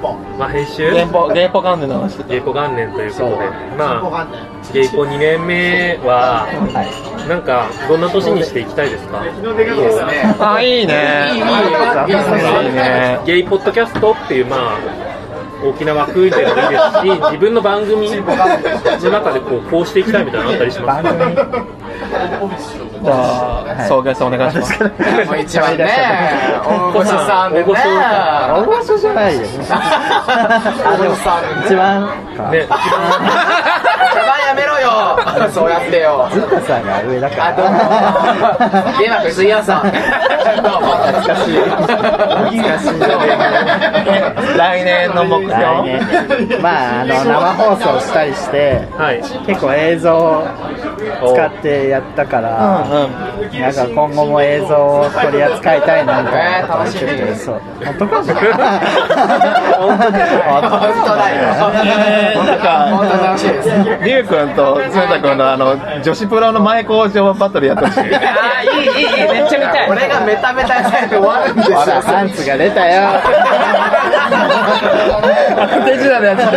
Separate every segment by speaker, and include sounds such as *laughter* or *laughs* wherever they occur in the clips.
Speaker 1: 法
Speaker 2: まあ、編集
Speaker 3: 原稿原稿関連の
Speaker 4: *laughs*
Speaker 3: 話して
Speaker 2: 芸妓元年ということで
Speaker 1: わ
Speaker 2: まあ
Speaker 1: かんない
Speaker 2: 芸妓2年目は
Speaker 3: たはい
Speaker 2: なんかどんな年にしていきたいですか
Speaker 1: 昨日出かけですね
Speaker 3: あいいね
Speaker 1: いいいい
Speaker 3: いいね
Speaker 2: ゲイポッドキャストっていうまあ大きな枠でもいいです
Speaker 3: *laughs*
Speaker 2: し自分の番組の中でこうこうしていきたいみたいなのあったりしますか
Speaker 3: 番組じゃあ、送迎さんお願いします。
Speaker 5: もう一番ね大御所さんでね
Speaker 2: 大御所さ
Speaker 3: 大御所じゃないよ。あ、でも一番か。
Speaker 2: ね一番
Speaker 5: 茶番やめろよそうやってよ
Speaker 3: ズッタさんが上だか
Speaker 5: あどうもでは藤井屋さんどうも
Speaker 3: 懐かしい。懐かしい。
Speaker 1: 来年の目標
Speaker 3: 来年。まあ、あの、生放送したりして、
Speaker 2: はい
Speaker 3: 結構映像を使ってやったから、なんか今後も映像を取り扱いたいなみたいなことを言っ
Speaker 5: えー楽
Speaker 3: て
Speaker 5: しみ
Speaker 3: てそう本当かも
Speaker 2: 本当かよ
Speaker 3: *laughs*
Speaker 5: 本当だよ
Speaker 4: なん
Speaker 5: 本当
Speaker 4: か
Speaker 5: 楽しいです
Speaker 4: *laughs* リュウ君とズンタ君のあの女子プロの前工場バトルやってほしい *laughs*
Speaker 5: あーいいいいいいめっちゃ見たい俺がメタメタやされて終わるんですよ
Speaker 3: ほら *laughs* パンツが出たよ
Speaker 4: 手品のやつだ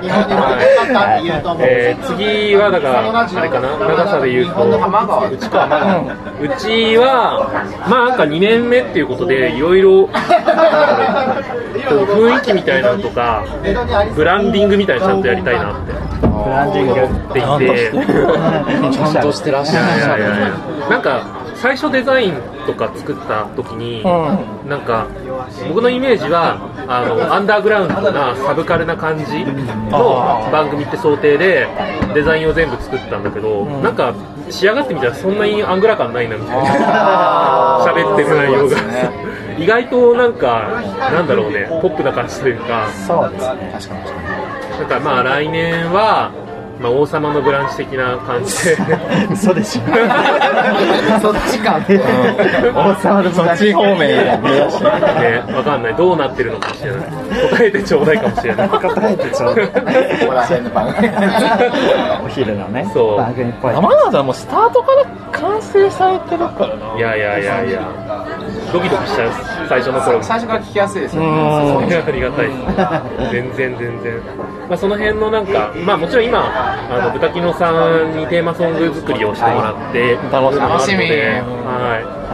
Speaker 1: 日本にも勝ったって言うと思う
Speaker 2: えー次はだからあれかな長さで言うと
Speaker 5: 玉川
Speaker 2: うちかまだうちはまあなんか2年目っていうことでいろいろ雰囲気みたいなのとかブランディングみたいなのちゃんとやりたいなって
Speaker 3: ブランディング
Speaker 2: 思っていて
Speaker 3: *laughs* ちゃんとしてらっし
Speaker 2: いやいやいやいやなんか最初デザインとか作った時に、なんか僕のイメージはあのアンダーグラウンドなサブカルな感じの番組って想定でデザインを全部作ったんだけど、なんか仕上がってみたらそんなにアングラ感ないなみたいな喋ってる内容が、意外となんかなんだろうねポップな感じというか。
Speaker 3: そうですね
Speaker 2: だからまあ来年は、まあ、王様のブランチ的な感じで
Speaker 3: *laughs* 嘘でしょ
Speaker 5: そっちか
Speaker 3: 王様のブ
Speaker 4: そ
Speaker 3: ラ
Speaker 4: っ
Speaker 3: ンディ
Speaker 4: ち
Speaker 3: ング
Speaker 4: 方面目指して
Speaker 2: ねわかんないどうなってるのかもしれない答えてちょうだいかもしれない
Speaker 3: 答えてちょう *laughs* だい
Speaker 5: こら辺の番組
Speaker 3: お昼のね
Speaker 2: そう
Speaker 3: 番組っぽい
Speaker 4: 山田さんもうスタートから完成されてるからない
Speaker 2: やいやいやいやドキドキしちゃう最初の頃
Speaker 5: 最初から聞きやすいですよね
Speaker 2: ありがたいです全然全然、まあ、その辺のなんか、まあ、もちろん今あの豚キノさんにテーマソング作りをしてもらって、
Speaker 4: 楽しみ
Speaker 2: 楽しみはい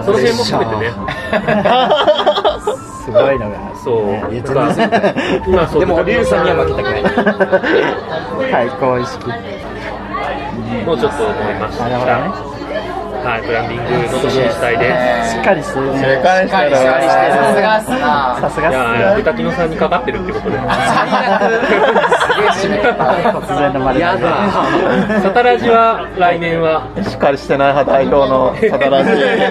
Speaker 2: その辺も含めてね
Speaker 3: すごいの *laughs* が
Speaker 2: そう
Speaker 3: ね
Speaker 2: なんか今そう
Speaker 5: でもリュウさんには負けたくない
Speaker 3: 対抗意識
Speaker 2: もうちょっと思いました
Speaker 3: なるほ
Speaker 2: はいブランディングの年にしたいです
Speaker 3: しっかりしてるね
Speaker 4: 正解した
Speaker 5: しっかりして
Speaker 4: ら
Speaker 5: さすがっすな
Speaker 3: さす
Speaker 2: いやい
Speaker 3: が
Speaker 2: や
Speaker 3: っす
Speaker 2: 豚キノさんにかかってるってことで
Speaker 5: 最悪すげえ締め方
Speaker 3: *laughs* 突然の丸投げ
Speaker 2: やだ
Speaker 3: *laughs*
Speaker 2: サタラジは来年は
Speaker 4: しっかりしてない派代表のサタラジ *laughs* え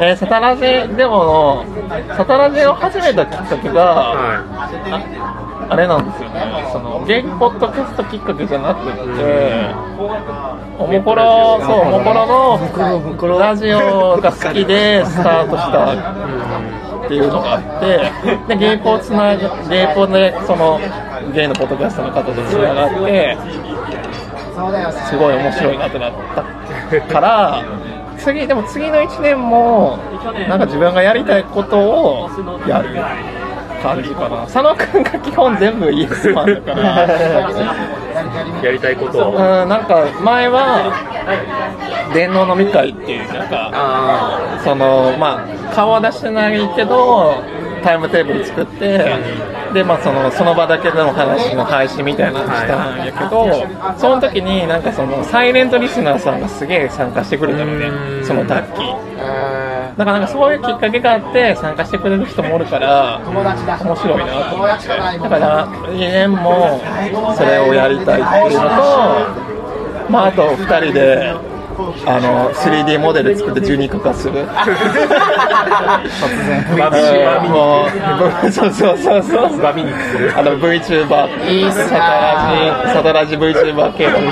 Speaker 4: ーサタラジでもサタラジを始めたきっかけが、
Speaker 2: は
Speaker 4: あれなんですよね、そのゲイポッドキャストきっかけじゃなくて、おもころ、そう、おもころのラジオが好きでスタートしたっていうのがあって、で、ゲイポつなが、ゲイポで、その、ゲイのポッドキャストの方とつながって、すごい面白いなってなったから、次、でも次の1年も、なんか自分がやりたいことをやる。感じかな佐野くんが基本全部イエスマンだから
Speaker 2: いやりたいこと
Speaker 4: うん
Speaker 2: を
Speaker 4: なんか前は電脳飲み会っていうなんか
Speaker 2: あ
Speaker 4: そのまあ顔は出してないけどタイムテーブル作ってでまあそのその場だけでの話の配信みたいなのしたんやけどその時になんかそのサイレントリスナーさんがすげえ参加してくれたの
Speaker 2: うん
Speaker 4: ねそのタッキーだからなんかそういうきっかけがあって参加してくれる人もおるから面白いなと思ってだから2年もそれをやりたいっていうのとまああと2人であの 3D モデル作って12個化する
Speaker 2: ーバビ
Speaker 4: うん
Speaker 2: バ
Speaker 4: もうそうそうそうそう
Speaker 2: ビバビにする
Speaker 4: あの VTuber
Speaker 5: いいっす
Speaker 4: サ
Speaker 5: な
Speaker 4: タラジサタラジ VTuber 系の
Speaker 2: な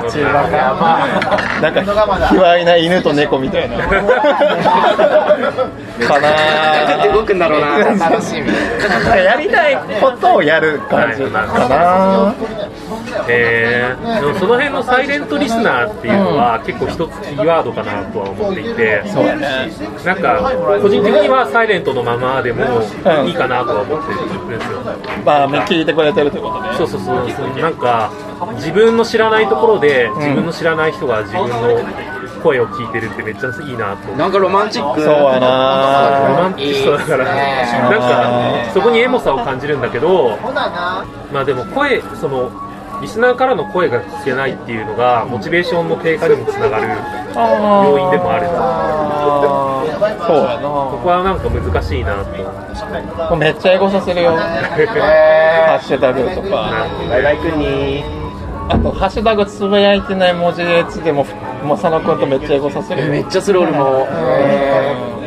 Speaker 2: るほど
Speaker 5: やば
Speaker 4: なんか卑猥な犬と猫みたいなかなー
Speaker 5: くんだろうな楽しみ
Speaker 4: やりたいことをやる感じかな。
Speaker 2: えー、でもその辺のサイレントリスナーっていうのは、結構一つキーワードかなとは思っていて、
Speaker 1: そう
Speaker 4: だね
Speaker 2: なんか、個人的にはサイレントのままでもいいかなとは思ってるんですよ。
Speaker 4: まあ、聞いてくれてるってことね。
Speaker 2: そうそうそうそうなんか自分の知らないところで自分の知らない人が自分の声を聞いてるってめっちゃいいなと思って
Speaker 5: なんかロマンチック。
Speaker 4: そうや
Speaker 2: ロマ
Speaker 4: な
Speaker 2: ンティストだから
Speaker 5: いいっすね
Speaker 2: なんかそこにエモさを感じるんだけど
Speaker 1: ほなな
Speaker 2: まあでも声そのリスナーからの声が聞けないっていうのがモチベーションの低下にもつながる要因でもある
Speaker 4: あーそうや
Speaker 2: ここはなんか難しいなと
Speaker 4: なめっちゃエゴさ
Speaker 2: *laughs*
Speaker 4: せるよ。ハッシュタグ
Speaker 2: なる
Speaker 4: とか。
Speaker 2: ほど
Speaker 5: バイバイ君に。
Speaker 4: あと、ハッシュタグつぶやいてない文字列でも、もう佐野くんとめっちゃエゴさせるよ。
Speaker 5: めっちゃする俺も。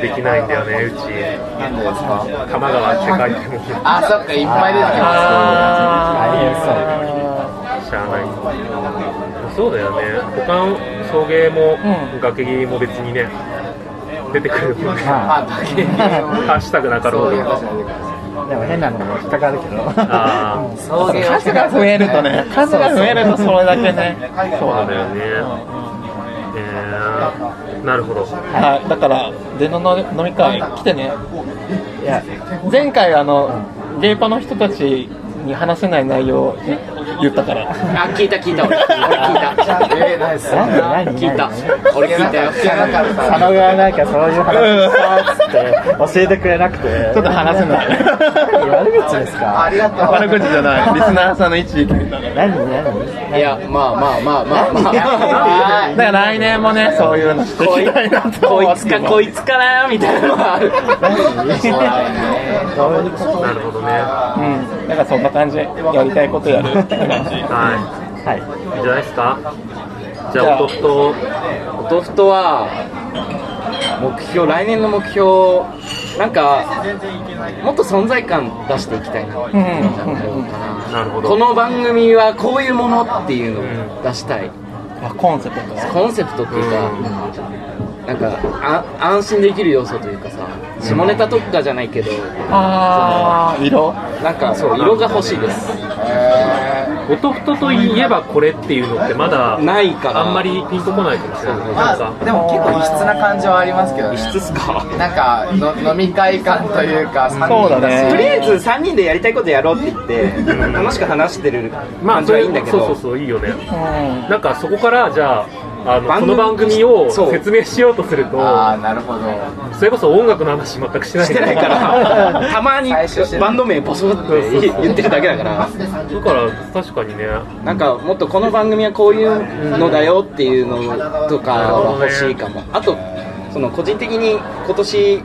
Speaker 2: できないんだよねうち多摩川って書いてもし
Speaker 5: あ、そっか、いっぱい出てきま
Speaker 4: ありえそう。
Speaker 2: ゃあないそうだよね他の送迎も
Speaker 4: う
Speaker 2: 崖切りも別にね出てくるもんね
Speaker 3: まあ
Speaker 2: *laughs*
Speaker 3: *laughs*
Speaker 2: ハッシュタグなかろうとか
Speaker 3: でも変なのも引っかかるけど
Speaker 2: あー
Speaker 5: す。送迎は
Speaker 4: 数が増えるとね、数が増えるとそれだけね、そう
Speaker 2: そう
Speaker 4: だ
Speaker 2: だ
Speaker 4: ね。
Speaker 2: よねえー、なるほど
Speaker 4: はい、だから、出の飲み会来てね。
Speaker 3: *laughs* いや
Speaker 4: 前回、あの、ゲイパの人たちに話せない内容言ったから。
Speaker 5: あ、聞いた聞いた俺。俺聞いた。
Speaker 3: 何何
Speaker 5: 聞いた
Speaker 3: 何。
Speaker 5: 俺聞いたよ。
Speaker 3: 佐野がなんかそういう話したっつって教えてくれなくて
Speaker 4: ちょっと話せない
Speaker 3: *laughs* 悪口ですか
Speaker 1: ありがとう
Speaker 4: 悪口じゃない、リスナーさんの一位だか
Speaker 3: 何何
Speaker 5: いや、まあまあまあまあまあ。はい
Speaker 4: ら来年もね、そういうのしてい
Speaker 5: こい
Speaker 4: きたいなと思
Speaker 5: こ
Speaker 4: っ
Speaker 5: い
Speaker 4: て
Speaker 5: つかこいつかなみたいなのはある。
Speaker 3: どういうこと
Speaker 2: なるほどねは
Speaker 4: うん、なんかそんな感じ、やりたいことやるって感じ。
Speaker 3: はい
Speaker 2: いいいんじゃないですかじゃあ弟と
Speaker 5: おとふとは目標来年の目標なんかもっと存在感出していきたいなっていうのがあるのかな
Speaker 2: なるほど
Speaker 5: この番組はこういうものっていうのを出したい
Speaker 4: あコンセプトが
Speaker 5: コンセプトっていうか、
Speaker 2: うん
Speaker 5: なんかあ安心できる要素というかさ下ネタとかじゃないけど
Speaker 4: あー、色
Speaker 5: なんかそう色が欲しいです
Speaker 2: 弟といえばこれっていうのってまだ
Speaker 5: ないから
Speaker 2: あんまりピンとこないかもしれないなんか
Speaker 6: でも結構異質な感じはありますけどね
Speaker 5: 質っすか
Speaker 6: なんかの飲み会感というか3
Speaker 4: そうだね
Speaker 5: とりあえず3人でやりたいことやろうって言って楽しく話してる
Speaker 2: まあ
Speaker 5: 感じ
Speaker 2: そ
Speaker 5: はい
Speaker 2: れ
Speaker 5: いんだけ
Speaker 2: そうそう
Speaker 5: ど
Speaker 2: そういいよね
Speaker 4: うん
Speaker 2: なんかそこからじゃああの
Speaker 5: 番
Speaker 2: こ
Speaker 5: 組
Speaker 2: の番組を
Speaker 5: そう
Speaker 2: 説明しようとすると
Speaker 6: ああなるほど
Speaker 2: それこそ音楽の話全くしてない
Speaker 5: してないからたまに
Speaker 6: 最初してない
Speaker 5: バンド名ボソって言ってるだけだから
Speaker 2: *laughs* だから確かにね
Speaker 5: なんかもっとこの番組はこういうのだよっていうのとかは欲しいかもあとその個人的に今年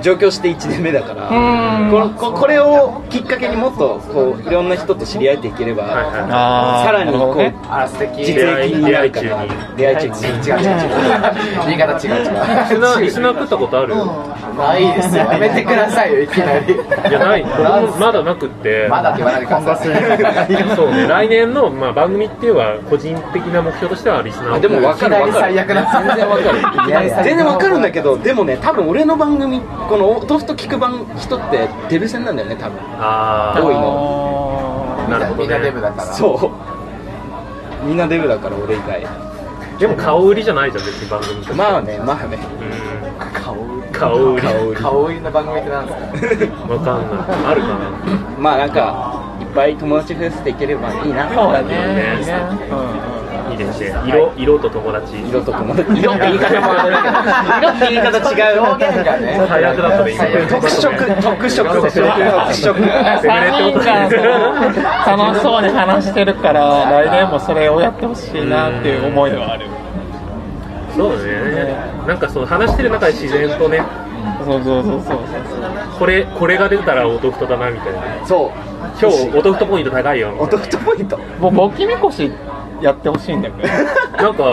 Speaker 5: 上京して1年目だからこここれをきっかけにもっとこういろんな人と知り合えていけれ
Speaker 2: はい
Speaker 5: ば
Speaker 2: は
Speaker 4: あー
Speaker 5: さらにこう、
Speaker 4: なるほ
Speaker 6: あら素
Speaker 5: 実
Speaker 6: 敵違う違う
Speaker 5: 益になるかな出会い中に
Speaker 6: 違う言い方違
Speaker 2: いリ
Speaker 6: う違
Speaker 2: ス
Speaker 5: *laughs*
Speaker 2: ナーリス
Speaker 6: う
Speaker 2: ナー食ったことある
Speaker 6: ないですよやめてくださいよいきなり
Speaker 2: いやない僕もまだなくって
Speaker 6: まだって言わないでください
Speaker 2: そうね来年の、まあ、番組っていうのは個人的な目標としてはリスナー
Speaker 5: あでも分かる分かる
Speaker 6: いきなり最悪だ
Speaker 5: 全然分かる
Speaker 6: いきなり最悪
Speaker 5: 全然分かるんだけどでもね多分俺の番組この豆腐と聞く番人ってデブ戦なんだよね多分
Speaker 2: あ
Speaker 5: 多い
Speaker 2: あ
Speaker 5: の
Speaker 2: なるほど
Speaker 6: みんなデブ
Speaker 2: ね
Speaker 6: だから
Speaker 5: そうみんなデブだから俺以外
Speaker 2: でも顔売りじゃないじゃん別に番組として
Speaker 5: まあねまあね
Speaker 2: うん
Speaker 6: 顔売り
Speaker 2: 顔売り
Speaker 5: 顔売り
Speaker 6: 顔売りの番組ってなんですか
Speaker 2: わかんないあるかな
Speaker 5: *laughs* まあなんかいっぱい友達増やしていければいいな
Speaker 4: そうだね
Speaker 2: いいね
Speaker 4: うん
Speaker 2: いいですね色色と友達
Speaker 5: 色と友達色って言い方もあれだけど色って言い方違うよ
Speaker 6: 表現がね
Speaker 2: 最悪だったね今
Speaker 5: 特色特色
Speaker 2: 特色
Speaker 5: 特色
Speaker 2: セミレってことだ
Speaker 4: 3人
Speaker 2: ね
Speaker 4: がその楽しそうに話してるから来年もそれをやってほしいなっていう思いはある
Speaker 2: そうねなんかそう話してる中で自然とね
Speaker 4: そうそうそうそう
Speaker 2: これこれが出たらお得とだなみたいな
Speaker 5: そう
Speaker 2: 今日お得とポイント高いよみたいな
Speaker 5: お得とポイント
Speaker 4: もうボキみこしやってほしいんだよね
Speaker 2: なんか、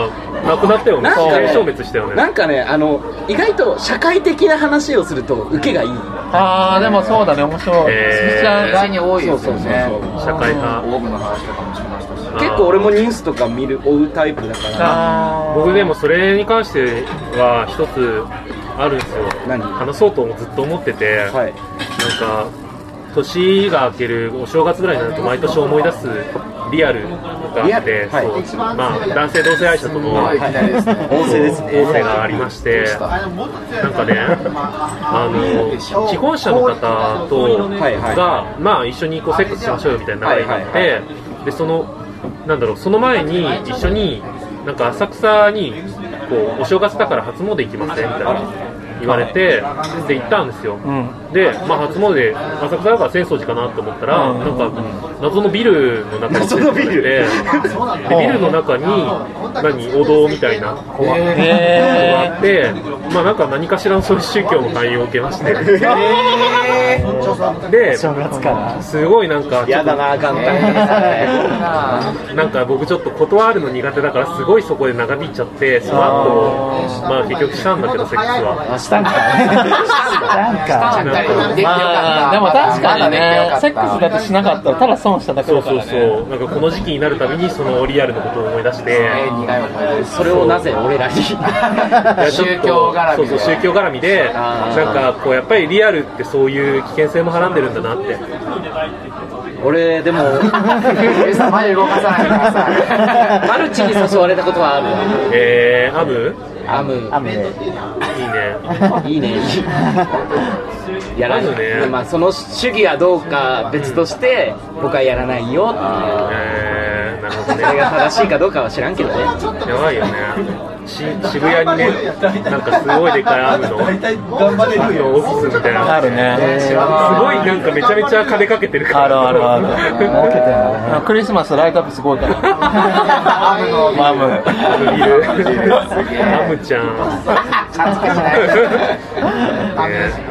Speaker 2: なくなったよね。
Speaker 5: なんかね
Speaker 2: 消滅したよね。
Speaker 5: なんかねあの意外と社会的な話をすると受けがいい
Speaker 4: ああでもそうだね面白い、
Speaker 2: えー
Speaker 4: スピちゃん
Speaker 6: 外に多いですよね
Speaker 2: 社会派。
Speaker 6: オウムの話とかもしましたし
Speaker 2: あー
Speaker 5: 結構俺もニュースとか見る追うタイプだから
Speaker 4: あー
Speaker 2: 僕でもそれに関しては一つあるんですよ。
Speaker 5: 何
Speaker 2: 話そうとずっと思ってて、
Speaker 5: はい
Speaker 2: なんか、年が明けるお正月ぐらいになると毎年思い出すリアルがあって、
Speaker 5: リアルはい
Speaker 2: そうまあ、男性同性愛者との
Speaker 6: はいいきなりですね
Speaker 5: 音声ですね
Speaker 2: 合成がありまして、なんかね、あの既婚者の方と
Speaker 5: はいはい
Speaker 2: が、まあ、一緒にこうセックスしましょうよみたいな流れになっ
Speaker 5: はいは
Speaker 2: て、でそのなんだろうその前に一緒になんか浅草にこうお正月だから初詣行きませんみたいな言われて、で行ったんですよ。で、まあ、初詣、浅草だから浅草寺かなと思ったら、なんか、謎のビルの中に
Speaker 5: 謎のビル
Speaker 2: ででビルの中に、何、お堂みたいながあって、まあ、なんか何かしらのそういう宗教の対応を受けまして、で、
Speaker 3: 正月から
Speaker 2: すごいなんか、
Speaker 5: やだなあかんた
Speaker 2: なんか僕、ちょっと断るの苦手だから、すごいそこで長引いちゃって、その後まあ結局したんだけど、セックスは。
Speaker 3: あしたんかしたんか
Speaker 4: まあ、でも確かにね、セックスだってしなかったら、ただ損しただけ
Speaker 2: そ
Speaker 4: だ
Speaker 2: う
Speaker 4: か
Speaker 2: そう
Speaker 4: ら
Speaker 2: そ
Speaker 4: ね。
Speaker 2: う、なんかこの時期になるたびに、そのリアルのことを思い出して。
Speaker 5: それをなぜ俺らに
Speaker 2: いやちょっと
Speaker 6: 宗教絡みで
Speaker 2: そうそう宗教絡みで
Speaker 5: あー
Speaker 2: なんかこうやっぱりリアルってそういう危険性もはらんでるんだなって
Speaker 5: 俺でも
Speaker 6: 前動かさないでください
Speaker 5: マルチに誘われたことはあ
Speaker 2: えー、アム
Speaker 5: るわアム
Speaker 3: 雨で
Speaker 2: いいね
Speaker 5: いいねやらない、
Speaker 2: まずね
Speaker 5: まあ、その主義はどうか別として僕はやらないよっていう
Speaker 2: えー、なるほど
Speaker 5: それが
Speaker 2: ね
Speaker 5: 正しいかどうかは知らんけどね
Speaker 2: やばいよねし渋谷にねなんかすごいでかいアムのあのオフィスみたいなのが
Speaker 4: あるね。
Speaker 2: すごいなんかめちゃめちゃ金かけてるから
Speaker 4: あるあるある
Speaker 3: 儲けてんだね
Speaker 4: クリスマスライトアップすごいから。 *laughs*
Speaker 2: ア
Speaker 4: マム。
Speaker 2: ムいるアムちゃんね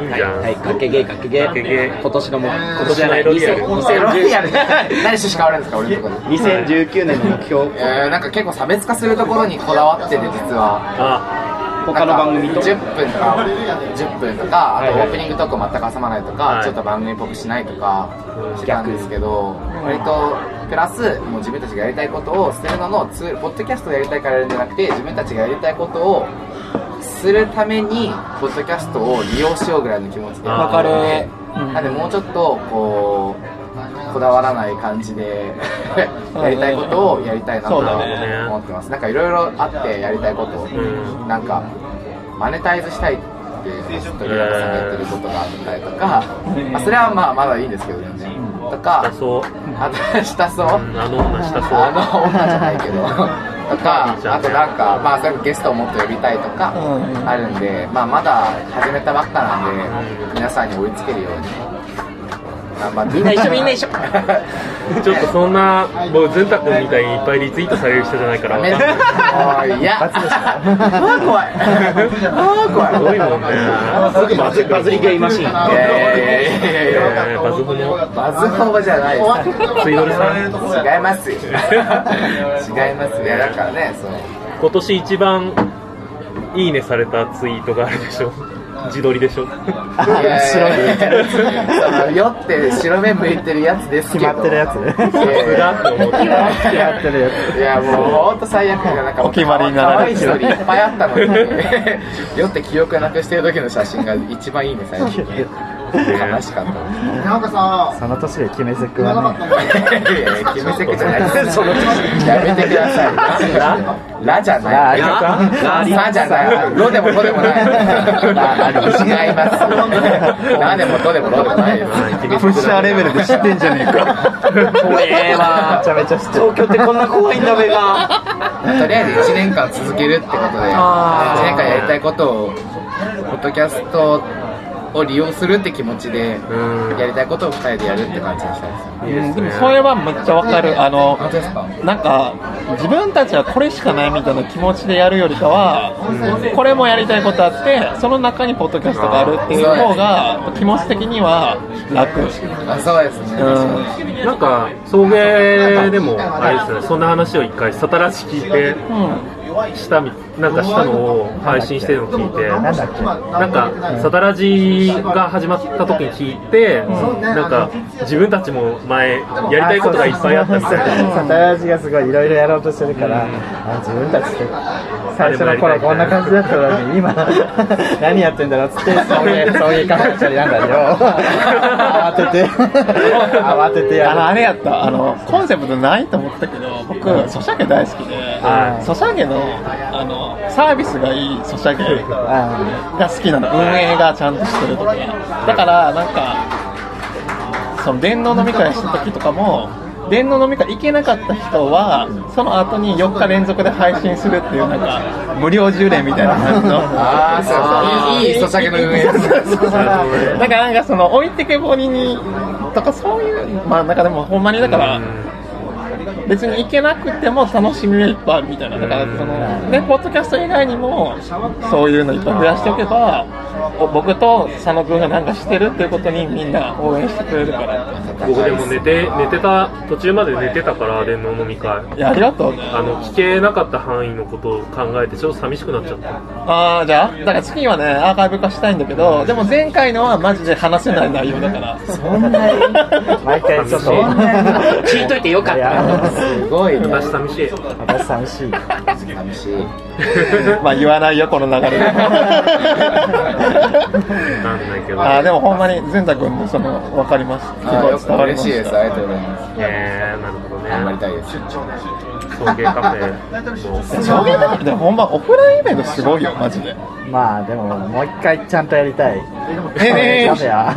Speaker 2: いいじゃん、
Speaker 5: はい、かけゲーかけゲ
Speaker 2: けゲ
Speaker 5: ー
Speaker 2: ー
Speaker 5: 今年のも今年じゃない
Speaker 2: 今年のロ
Speaker 6: ロイヤル何
Speaker 5: 2019
Speaker 6: して変わるんですか俺のところ
Speaker 5: 2019年の目標 *laughs*
Speaker 6: えーなんか結構差別化するところにこだわってて実は
Speaker 2: あ
Speaker 5: 他の番組と
Speaker 6: なんか10分とか10分とかあと
Speaker 5: はい
Speaker 6: オ
Speaker 5: はい
Speaker 6: ープニングトーク全く挟まないとか、
Speaker 2: はい
Speaker 6: ちょっと番組っぽくしないとかしてたんですけど割とプラスもう自分たちがやりたいことをするののツールポッドキャストをやりたいからやるんじゃなくて自分たちがやりたいことをするためにポッドキャストを利用しようぐらいの気持ちで
Speaker 2: わかる
Speaker 6: なんでもうちょっとこうこだわらない感じでやりたいことをやりたいなと
Speaker 4: そうだ
Speaker 2: ね
Speaker 6: 思ってますなんかいろいろあってやりたいことを
Speaker 2: ん
Speaker 6: なんかマネタイズしたいってずっとリラコさんがやってることがあったりとか、まあ、それはまあまだいいんですけど全然と
Speaker 2: だ
Speaker 6: か
Speaker 2: そう
Speaker 6: あとしたそう
Speaker 2: うんあの女 *laughs* したそう
Speaker 6: あの女じゃないけどとか
Speaker 2: いいじゃん
Speaker 6: あとなんかまあそれもゲストをもっと呼びたいとか
Speaker 3: うん
Speaker 6: あるんで、まあ、まだ始めたばっかなんで皆さんに追いつけるように頑張って
Speaker 5: みんな一緒みんな
Speaker 6: *laughs*
Speaker 5: 一緒
Speaker 2: ちょっとそんな、もう、ずんたくんみたいにいっぱいリツイートされる人じゃないから、
Speaker 6: ダ
Speaker 5: *laughs*
Speaker 2: わ
Speaker 6: メ
Speaker 2: *laughs* かんない
Speaker 6: おいいや
Speaker 3: 一発でしょ
Speaker 6: あー怖いあー怖い
Speaker 2: すごいもんね。すぐ
Speaker 5: バズバズりゲーマシーン
Speaker 6: いやいやいやいやいやいや
Speaker 2: えーバズホモ。
Speaker 6: バズホボじゃないです
Speaker 2: ツイドルさん、
Speaker 6: 違いま
Speaker 2: *laughs*
Speaker 6: すよ違いますねだからねそう
Speaker 2: 今年一番、いいねされたツイートがあるでしょ。自撮りでしょ。
Speaker 3: あ白い
Speaker 6: 白い酔って白目向いてるやつですけど
Speaker 3: 決まってるやつね
Speaker 2: うらって思って
Speaker 6: いやいや
Speaker 3: やってるやつ
Speaker 6: いやもう本当最悪だなんか
Speaker 3: お決まりになられて
Speaker 6: るス
Speaker 3: る
Speaker 6: トーリーいっぱいあったのに酔って記憶なくしてる時の写真が一番いいね最近悲しかった
Speaker 3: その年で決めセクはね
Speaker 6: いやいや決めセクじゃないですやめてくださいラじゃない
Speaker 3: ラ
Speaker 6: ラサじゃないロでもロでもないラ違いますラでもロでもロでもないです
Speaker 3: プッシャーレベルで知ってんじゃねえか
Speaker 5: 怖えわ
Speaker 3: めちゃめちゃ知ってる
Speaker 5: *laughs* 東京ってこんな怖いんだべが
Speaker 6: とりあえず1年間続けるってことで1年間やりたいことをポッドキャストを利用するって気持ちで
Speaker 2: うん
Speaker 6: やりたいことを2人でやるって感じにしたいです
Speaker 4: うんでもそれはめっちゃわかる。あの、
Speaker 6: 本当ですか
Speaker 4: なんか自分たちはこれしかないみたいな気持ちでやるよりかは、これもやりたいことあってその中にポッドキャストがあるっていう方が気持ち的には楽
Speaker 6: あそうですね
Speaker 4: う
Speaker 2: なんか、送迎でも、あれですね、そんな話を一回、サタラシ聞いて、
Speaker 4: ん、
Speaker 2: したみ、なんかしたのを配信してるのを聞いて、
Speaker 3: なんだっけ
Speaker 2: なんか、サタラジが始まった時に聞いて、なんか、自分たちも前、やりたいことがいっぱいあったみたいな。
Speaker 3: サタヤジがすごいいろいろやろうとしてるから、あ自分たちって最初の頃こんな感じだったのに今 *laughs* 何やってんだろうっつって送迎送迎係ったりなんだよ慌て
Speaker 2: *laughs*
Speaker 3: て慌ててや
Speaker 4: あ
Speaker 3: る
Speaker 4: のあれやったあのコンセプトないと思ったけど僕ソシャゲ大好きで
Speaker 3: はい
Speaker 4: ソシャゲのあのサービスがいいソシャゲ
Speaker 3: あ
Speaker 4: が好きなの運営がちゃんとしてるとかだからなんかその電動飲み会した時とかも電動飲み会行けなかった人はその後に4日連続で配信するっていうなんか無料充電みたいな感じの
Speaker 6: ああそう *laughs* そういいいいソシャゲの運営
Speaker 4: *laughs* そうそうなんかなんかその置いてけぼりにとかそういうまあなんかでもほんまにだから別に行けなくても楽しみがいっぱいあるみたいなだからそのねポッドキャスト以外にもそういうのいっぱい増やしておけばお僕と佐野君がなんかしてるっていうことにみんな応援してくれるから
Speaker 2: 僕でも寝て寝てた途中まで寝てたから電脳飲み会
Speaker 4: いやありがとう
Speaker 2: あの聞けなかった範囲のことを考えてちょっと寂しくなっちゃった
Speaker 4: ああじゃあだから次はねアーカイブ化したいんだけどでも前回のはマジで話せない内容だから
Speaker 3: そんな
Speaker 4: *laughs*
Speaker 3: に毎回ちょっと
Speaker 2: そん
Speaker 5: 聞いといてよかっ
Speaker 3: い
Speaker 5: た
Speaker 3: や
Speaker 6: すごいね
Speaker 2: 私寂しい
Speaker 3: 私寂しい
Speaker 6: 寂しい
Speaker 4: まあ言わないよこの流れ
Speaker 2: なんないけど
Speaker 4: あーでもほんまに善太君もその分かりますす
Speaker 6: あー
Speaker 4: ご
Speaker 6: よ
Speaker 4: い
Speaker 6: く
Speaker 4: 伝わりま
Speaker 6: 嬉しい
Speaker 4: し
Speaker 6: で
Speaker 4: た
Speaker 6: すありがとうございます
Speaker 2: えー、なるほど
Speaker 6: 頑張り
Speaker 2: ね
Speaker 6: たいです
Speaker 2: 送迎カフェの
Speaker 4: 証言だけでもほんまオフラインイベントすごいよマジで
Speaker 3: まあでももう一回ちゃんとやりたい
Speaker 4: え
Speaker 3: カフェは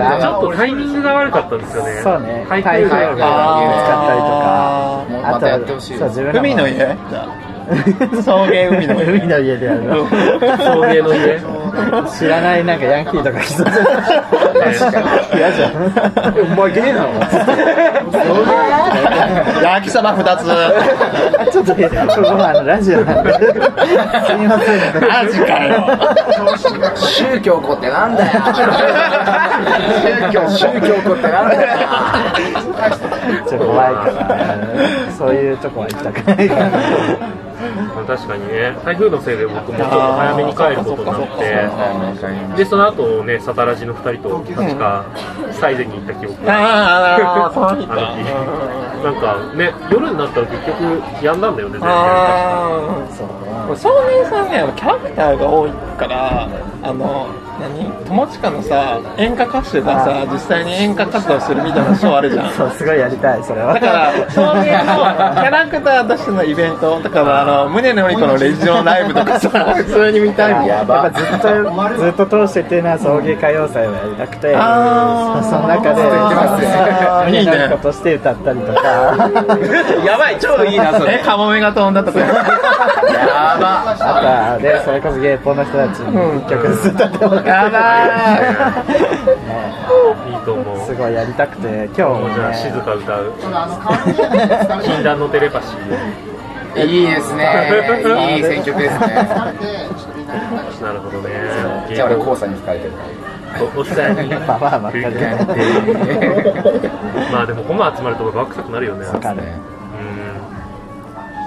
Speaker 3: なん
Speaker 2: ち
Speaker 3: か
Speaker 2: ょっとタイミングが悪かったんですよね
Speaker 3: そうね
Speaker 2: 配給
Speaker 6: 配給
Speaker 2: が
Speaker 3: あ
Speaker 6: もうまたやってほしい
Speaker 3: そう
Speaker 6: で
Speaker 3: 自
Speaker 6: す
Speaker 3: 分らも
Speaker 4: 海の家じゃ
Speaker 3: *laughs*
Speaker 4: あ送迎海の
Speaker 3: 海
Speaker 4: 家
Speaker 3: の家でや *laughs* るの
Speaker 2: 送迎
Speaker 4: *laughs*
Speaker 2: の家
Speaker 3: 知らないなんかヤンキーとか来そう
Speaker 2: 確か
Speaker 3: 嫌じゃん
Speaker 5: お前ゲイなの
Speaker 4: 焼きそば2つ
Speaker 3: ちょっとここはあのラジオなんですみません
Speaker 4: マジかよ
Speaker 6: 宗教子ってなんだよ宗教宗教子ってなんだ *laughs* よ
Speaker 3: ちょっと怖いからそういうとこは行きたくないから
Speaker 2: 確かにね台風のせいで僕もちょっと早めに帰ることになってでその後ねサタラジの2人と確かサイゼに行った記憶が
Speaker 4: あーあーその
Speaker 2: あ
Speaker 4: 日
Speaker 2: の
Speaker 4: か
Speaker 2: 日なんかね夜になったら結局やんだんだよね全然
Speaker 4: ああ
Speaker 3: そう
Speaker 4: 照明さんねキャラクターが多いからあの何友近のさ演歌歌手がさ実際に演歌活動するみたいなショーあるじゃん
Speaker 3: そうすごいやりたいそれは
Speaker 4: だから、そういうのキャラクターとしてのイベント、だから、あの、宗典子のレジオンライブとかさ、普通に見たいもん。
Speaker 3: やっぱずっとずっと通してっていうのは送迎歌謡祭をやりたくて
Speaker 4: あー
Speaker 3: その中で
Speaker 4: あーいいね
Speaker 3: 女の子として歌ったりとか
Speaker 5: *laughs* やばい超いいなそ
Speaker 4: え、
Speaker 5: れ
Speaker 4: カモメが飛んだとか。
Speaker 6: やば
Speaker 3: あとでそれこそ芸ポの人たちに一曲ずつ歌ってもらって
Speaker 4: やば
Speaker 2: いいと思
Speaker 3: す
Speaker 2: う
Speaker 3: ごいやりたくて今日も、ね、
Speaker 2: じゃあ静か歌う禁断のテレパシー
Speaker 6: い *laughs* いいですねいい選曲ですね
Speaker 2: なるほどね
Speaker 6: じゃあ俺黄砂に吹かれてる
Speaker 2: おおっさんに
Speaker 3: ババアばっかり
Speaker 2: まあでもコマ集まるとバカ臭くなるよね
Speaker 3: わか
Speaker 2: う
Speaker 3: る
Speaker 2: ん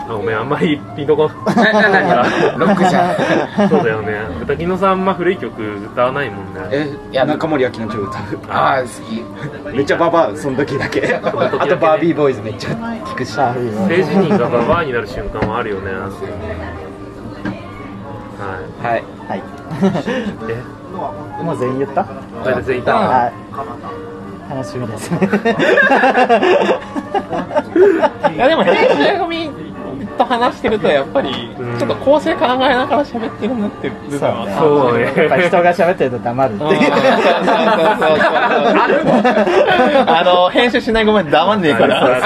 Speaker 2: あごめんあんまりピンとこん
Speaker 6: ロックじゃん
Speaker 2: そうだよね豚木野さんあんま古い曲歌わないもんね
Speaker 5: えいや中森明菜ちょっと歌う
Speaker 6: ああ好
Speaker 5: めっちゃババアその時だ *laughs* けあ
Speaker 2: の時だけね
Speaker 5: とバービーボーイズめっちゃ聞くし
Speaker 3: あいいわ
Speaker 2: ステージ人がババアになる瞬間はあるよねは
Speaker 5: はい
Speaker 3: はい
Speaker 2: え
Speaker 3: いもう全員言った
Speaker 2: これで全員いた
Speaker 3: はい楽しみで
Speaker 4: *laughs*
Speaker 3: すね
Speaker 4: い。いや、でも、編集組と話してると、やっぱり、
Speaker 2: うん
Speaker 4: ちょっと構成考えながら喋ってるなっていう部分は。
Speaker 2: そうね
Speaker 3: やっぱ人が喋ってると黙るって
Speaker 4: そうそうそうそう
Speaker 3: いう
Speaker 4: あるもん
Speaker 3: *laughs*
Speaker 4: あの編集しないごめん黙んねえから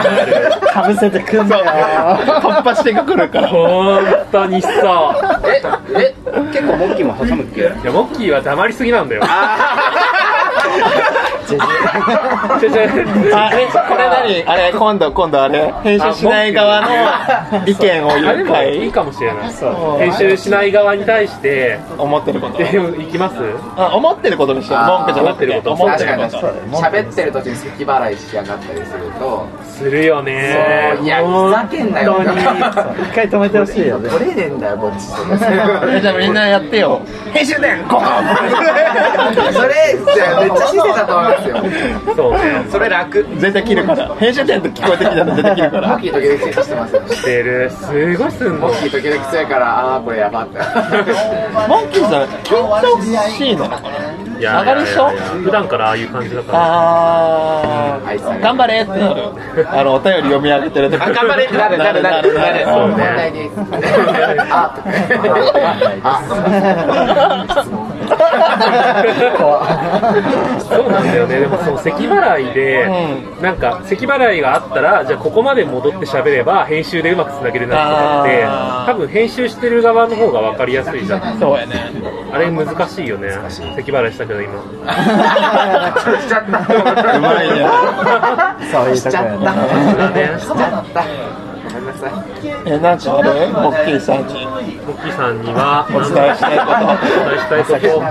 Speaker 3: かぶせてくんだ
Speaker 4: そう
Speaker 3: よ
Speaker 4: 突破してくるから
Speaker 2: 本当にそう
Speaker 5: ええ結構モッキーも挟むっけ
Speaker 2: いやモッキーは黙りすぎなんだよちょちょ
Speaker 4: あえこれ何あれ今度今度あれ編集しない側の意見を
Speaker 2: あ
Speaker 4: 言
Speaker 2: れ
Speaker 4: う
Speaker 2: もいい
Speaker 4: 会
Speaker 2: かもしれない
Speaker 3: そう
Speaker 2: 編集しない側に対して
Speaker 4: 思ってること
Speaker 2: でも行きます
Speaker 4: あ思ってることにしよう文句じゃなくて
Speaker 2: 思
Speaker 4: 思
Speaker 6: き
Speaker 4: って
Speaker 6: 確か
Speaker 4: る
Speaker 6: に
Speaker 4: こ
Speaker 6: 確
Speaker 4: と
Speaker 6: かに喋ってる途中に咳払いしやがったりすると
Speaker 2: するよね
Speaker 6: そういやふざけんなよ
Speaker 2: 本当
Speaker 6: *laughs*
Speaker 2: に
Speaker 3: 一回止めてほしいよね
Speaker 6: 取れねえんだよこっちそれ
Speaker 4: えじゃあみんなやってよ編集点ゴーン
Speaker 6: めっちゃ姿勢だと思うますよ。
Speaker 2: そうね
Speaker 5: それ楽
Speaker 3: 絶対切るから編集点と聞こえてきたら絶対切るか
Speaker 6: モッ
Speaker 3: ら
Speaker 6: キー時々してますよ。
Speaker 2: してるすごいすん
Speaker 6: モ
Speaker 2: の
Speaker 6: ッキー時々強いから、あーこれや *laughs* ばって。
Speaker 3: モンキーさん緊張しいの
Speaker 2: いや
Speaker 4: 上がるでしょ
Speaker 2: いやいやいや普段からああいう感じだから
Speaker 3: あ
Speaker 6: あいつ
Speaker 3: ー頑張れってなるあのお便り読み上げてると
Speaker 5: あ頑張れってなるなるなるなる
Speaker 2: そう
Speaker 6: 問
Speaker 2: ね
Speaker 6: 題です。あとか
Speaker 2: *laughs*
Speaker 6: あ質問
Speaker 2: そうなんだよねでもその咳払いで、なんか咳払いがあったらじゃあここまで戻って喋れば編集でうまくつなげるなと思
Speaker 4: あ
Speaker 2: っ
Speaker 4: ー
Speaker 2: て多分編集してる側の方が分かりやすいじゃん
Speaker 4: そうやね
Speaker 2: あれ難しいよね咳払いしたけど
Speaker 3: *laughs*
Speaker 2: 今
Speaker 6: しちゃった。
Speaker 3: うま
Speaker 2: *laughs*
Speaker 3: いねそういう
Speaker 6: し
Speaker 3: と
Speaker 6: ち
Speaker 3: こ
Speaker 6: ゃ
Speaker 3: や
Speaker 6: っ
Speaker 3: ね
Speaker 6: た。しちゃった。ごめんなさい。
Speaker 3: *laughs* えなんかあるモッキーさんに
Speaker 2: モッキーさんには
Speaker 3: お伝えしたいこと
Speaker 2: お伝えしたいこと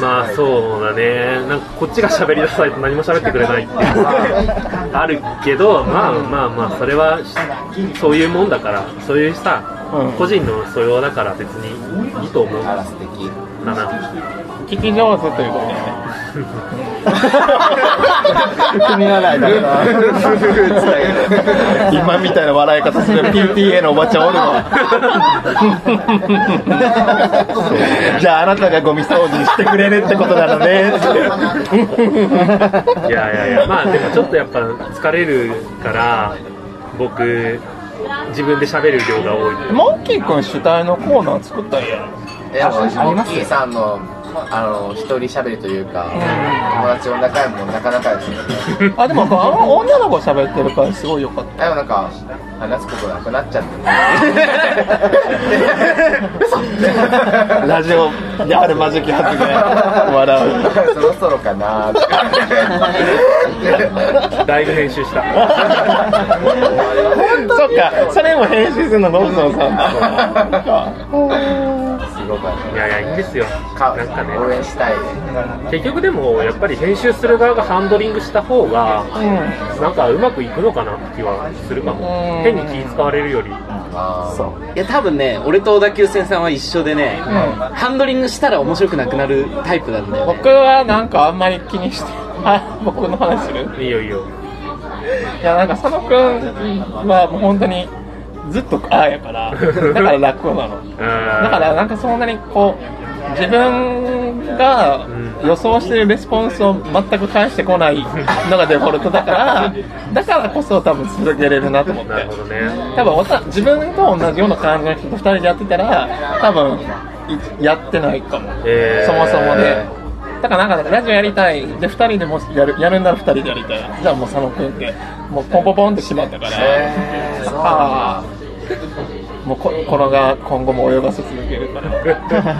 Speaker 2: まあ
Speaker 6: う。
Speaker 2: そうだねなんかこっちが喋り出さないと何も喋ってくれないっていうのがあるけどまあまあまあそれはしそういうもんだからそういうさ、
Speaker 3: うん
Speaker 2: 個人の素養だから別にいいと思う
Speaker 6: あ
Speaker 2: から
Speaker 6: 素敵。
Speaker 2: な
Speaker 4: 聞き上手ということね
Speaker 3: *laughs* 気にならないだろ今みたいな笑い方する PTA のおばちゃんおる
Speaker 4: *laughs*
Speaker 3: のじゃああなたがゴミ掃除してくれるってことなのね
Speaker 2: いやいやいやまあでもちょっとやっぱ疲れるから僕自分で喋る量が多い
Speaker 4: モンキー君主体のコーナー作ったんや
Speaker 6: え、あの、モッキーさんの、あの、一人喋りというか、友達の仲良いもなかなかですよね。
Speaker 4: あでもあの女の子喋ってるからすごい良かっ
Speaker 6: でもなんか、話すことなくなっちゃって。嘘って。
Speaker 3: *laughs* ラジオであるまじき発言笑う
Speaker 6: そろそろかなーって
Speaker 2: だいぶ編集した
Speaker 3: そっかそれも編集するのノブソンさん
Speaker 6: すごかった
Speaker 2: いやいやいいんですよ
Speaker 6: か
Speaker 2: なんかね
Speaker 6: 応援したい
Speaker 2: 結局でもやっぱり編集する側がハンドリングした方がなんかうまくいくのかなって気はするかも変に気使われるより
Speaker 6: あー
Speaker 5: いや多分ね俺と小田急線さんは一緒でね、ハンドリングしたら面白くなくなるタイプなんだよ、ね、
Speaker 4: 僕はなんかあんまり気にして *laughs* あ僕の話する
Speaker 2: いいよいいよ
Speaker 4: いやなんか佐野くんはもう本当にずっとああやからだから楽なの
Speaker 2: だ
Speaker 4: だからなんかそんなにこう自分が予想してるレスポンスを全く返してこないのがデフォルトだからだからこそ多分続けれるなと思って
Speaker 2: なるほどね
Speaker 4: 多分おた自分と同じような感じの人と2人でやってたら多分いやってないかも、
Speaker 2: えー
Speaker 4: そもそもねだからなんかラジオやりたいで2人でもしやるやるんなら2人でやりたいじゃあもう佐野君ってもうポンポンポンってしまったから、
Speaker 6: えーそう
Speaker 4: ああもうここのが今後も泳がせ
Speaker 3: *laughs*
Speaker 4: 続けるから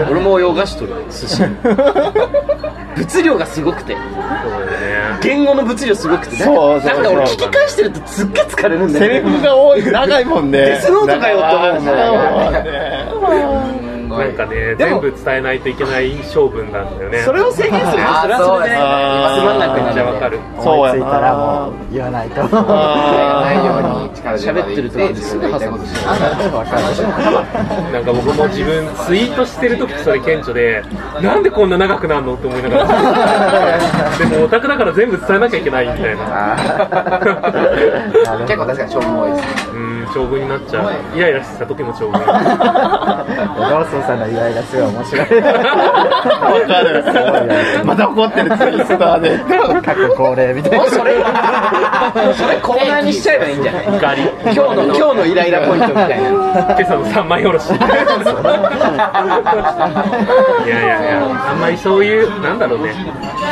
Speaker 5: 俺も泳がしとる寿司物量がすごくて
Speaker 2: そうだよね
Speaker 5: 言語の物量すごくてだから
Speaker 3: そうそう
Speaker 5: なんか俺聞き返してるとすっげえ疲れるんだ
Speaker 3: セ
Speaker 5: よ
Speaker 3: リ
Speaker 5: ね
Speaker 3: フが多い長いもんね
Speaker 5: デスノートかよって思うもん
Speaker 6: すご
Speaker 2: ないんかね
Speaker 5: で
Speaker 2: 全
Speaker 5: も
Speaker 2: 部伝えないといけない性分なんだよね
Speaker 5: それを制限すると
Speaker 6: あー
Speaker 5: それはそれでつ
Speaker 3: あー
Speaker 5: まんなく
Speaker 2: め
Speaker 5: な
Speaker 2: っちゃわか
Speaker 5: る
Speaker 2: る
Speaker 3: そうや思いついた
Speaker 4: *laughs*
Speaker 3: らもう言わない *laughs* と
Speaker 6: ないよ
Speaker 3: あ
Speaker 6: うに力で
Speaker 5: 喋ってると
Speaker 6: 自分で言いたいことしてわかる
Speaker 2: なんか僕も自分ツイートしてる時それ顕著でなんでこんな長くなるのって思いながらでもオタクだから全部伝えなきゃいけないみたいな
Speaker 6: あー結構確かに勝負多いですね
Speaker 2: うん長文になっちゃうイライラした時も長文あ
Speaker 3: ローソンさんの祝いがすごい面白いわかるまた怒ってるツイスターで過去恒例みたいな
Speaker 5: それそれコーナーにしちゃえばいいんじゃない
Speaker 2: ガリ
Speaker 5: 今日の今日のイライラポイントみたいな
Speaker 2: 今朝の三枚おろしいやいやいやあんまりそういうなんだろうね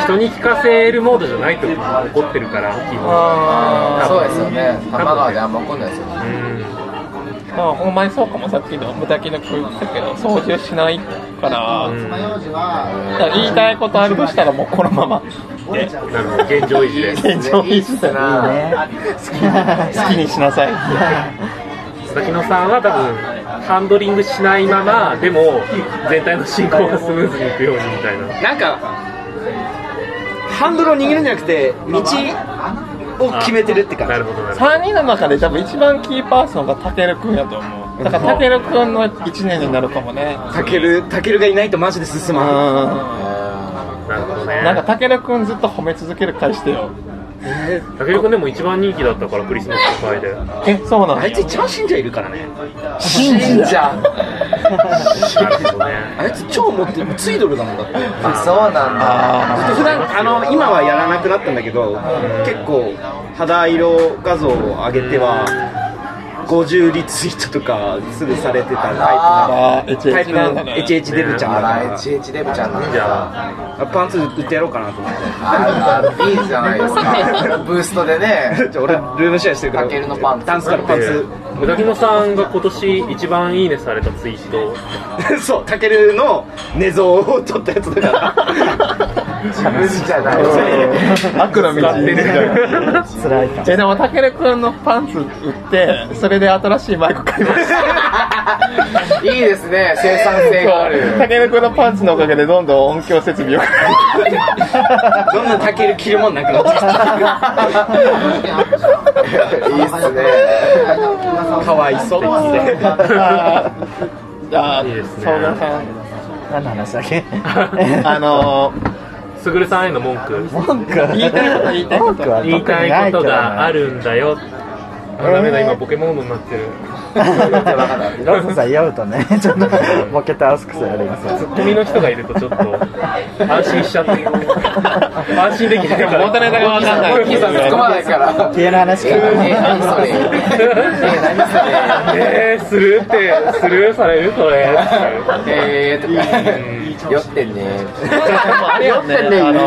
Speaker 2: 人に聞かせるモードじゃない時も怒ってるから基本
Speaker 6: そうですよね多摩川であんま怒んないですよね
Speaker 2: うん
Speaker 4: まあほんまにそうかもさっきの無駄気の声言ってたけど操縦しないから,、
Speaker 2: うん
Speaker 4: 言いたいことあるとしたらもうこのまま
Speaker 2: なるほど現状維持で
Speaker 3: 現状維持だな好きにしなさい
Speaker 2: 佐木野さんは多分ハンドリングしないままでも全体の進行がスムーズにいくようにみたいな
Speaker 5: なんかハンドルを握るんじゃなくて道を決めてるって感じ
Speaker 2: なるほどなるほ
Speaker 4: 3人の中で多分一番キーパーソンがたけるくんやと思うだからたけるくんの1年になるかもね
Speaker 5: タケル、タケルがいないとマジで進まん。
Speaker 4: う
Speaker 2: どなるほどね
Speaker 4: なんか、たけるくんずっと褒め続ける回してよ。
Speaker 2: たけるくんでも一番人気だったから、クリスマスの会で。
Speaker 4: え、そうなの
Speaker 5: あいつ一番信者いるからね
Speaker 3: 信じ
Speaker 6: じゃ
Speaker 2: なるほど
Speaker 5: *laughs*
Speaker 2: ね。
Speaker 5: あいつ超持ってるツイドルだもんだって
Speaker 6: あそうなんだ
Speaker 5: 普段あの今はやらなくなったんだけど、結構肌色画像を上げては、50リツイートとかすぐされてたタ
Speaker 4: あー、
Speaker 5: イプのタイプ
Speaker 4: HH なんだ
Speaker 5: の
Speaker 4: ね。
Speaker 5: HH デブちゃんだ
Speaker 6: あ
Speaker 5: から
Speaker 6: HH デブちゃんなん
Speaker 2: じ
Speaker 6: だ
Speaker 2: ゃあ、
Speaker 5: らパンツ売ってやろうかなと思って
Speaker 6: あるあるいいじゃないですかブーストでね
Speaker 5: じゃあ俺ルームシェアしてるから
Speaker 6: かけるのパンツ
Speaker 5: ダンスからパンツ
Speaker 2: うなぎのさんが今年一番いいねされたツイート。
Speaker 5: *laughs* そうタケルの寝相を撮ったやつだ
Speaker 6: *laughs*
Speaker 5: から
Speaker 6: 自分じゃない
Speaker 4: 悪の道に
Speaker 3: 辛いか
Speaker 4: え、でも、たけるくんのパンツ売って、それで新しいマイク買いました。
Speaker 6: いいですね生産性があ
Speaker 4: た
Speaker 6: る
Speaker 4: けるくんのパンツのおかげで、どんどん音響設備を。
Speaker 5: どんなタケル着るもんなくなってき
Speaker 6: いいっすね
Speaker 5: たかわいそうって
Speaker 4: あ
Speaker 2: いいですね
Speaker 4: 総合さん。
Speaker 3: 何の話だっけ
Speaker 4: あのー、
Speaker 2: すぐるさんへの文句。
Speaker 3: 文句
Speaker 4: 言いたいこと言いたいこと
Speaker 3: 文句は特
Speaker 2: 言い
Speaker 3: にな
Speaker 2: たいことがあ
Speaker 3: る
Speaker 2: るんだよ。あ、ダメだ、今ポケモンになってる。
Speaker 3: *laughs* ロスさん酔うとね *laughs* ちょっとボケ倒す癖ありますよ
Speaker 2: *laughs* ツッコミの人がいるとちょっと安心しちゃ *laughs* って安心できないから
Speaker 4: 元
Speaker 3: *laughs*
Speaker 4: ネタがわかんない
Speaker 2: 小木さん
Speaker 6: 突っ込まないから
Speaker 3: 家の話か
Speaker 6: 急に何それえ何それ
Speaker 2: えー、するってするされるそれ
Speaker 6: えーとか酔ってんね
Speaker 4: あれ
Speaker 6: 酔
Speaker 4: よ
Speaker 6: っ
Speaker 4: ね
Speaker 6: てんね
Speaker 4: あの
Speaker 6: 今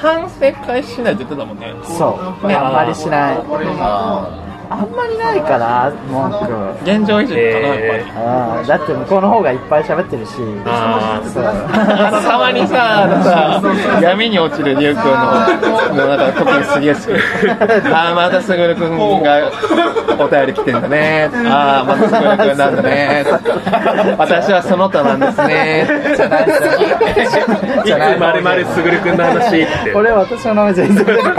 Speaker 4: 反省会しないって言ってたもんね
Speaker 3: そうねあんまりしない
Speaker 6: あ
Speaker 3: あんまりないかな文句
Speaker 4: 現状維持かなやっぱり
Speaker 2: え
Speaker 3: あーだって向こうの方がいっぱい喋ってるし
Speaker 2: ー、あ
Speaker 3: そう
Speaker 4: あのたまにさあのさ闇に落ちるリュウ君ののなんか特にすげえ *laughs* 好きああまたすぐる君がお便り来てんだねああまたすぐる君なんだ *laughs* ね私はその他なんですねじゃない
Speaker 2: ーいつまるまるすぐるくんの話って
Speaker 3: 俺私の名前全然出てこない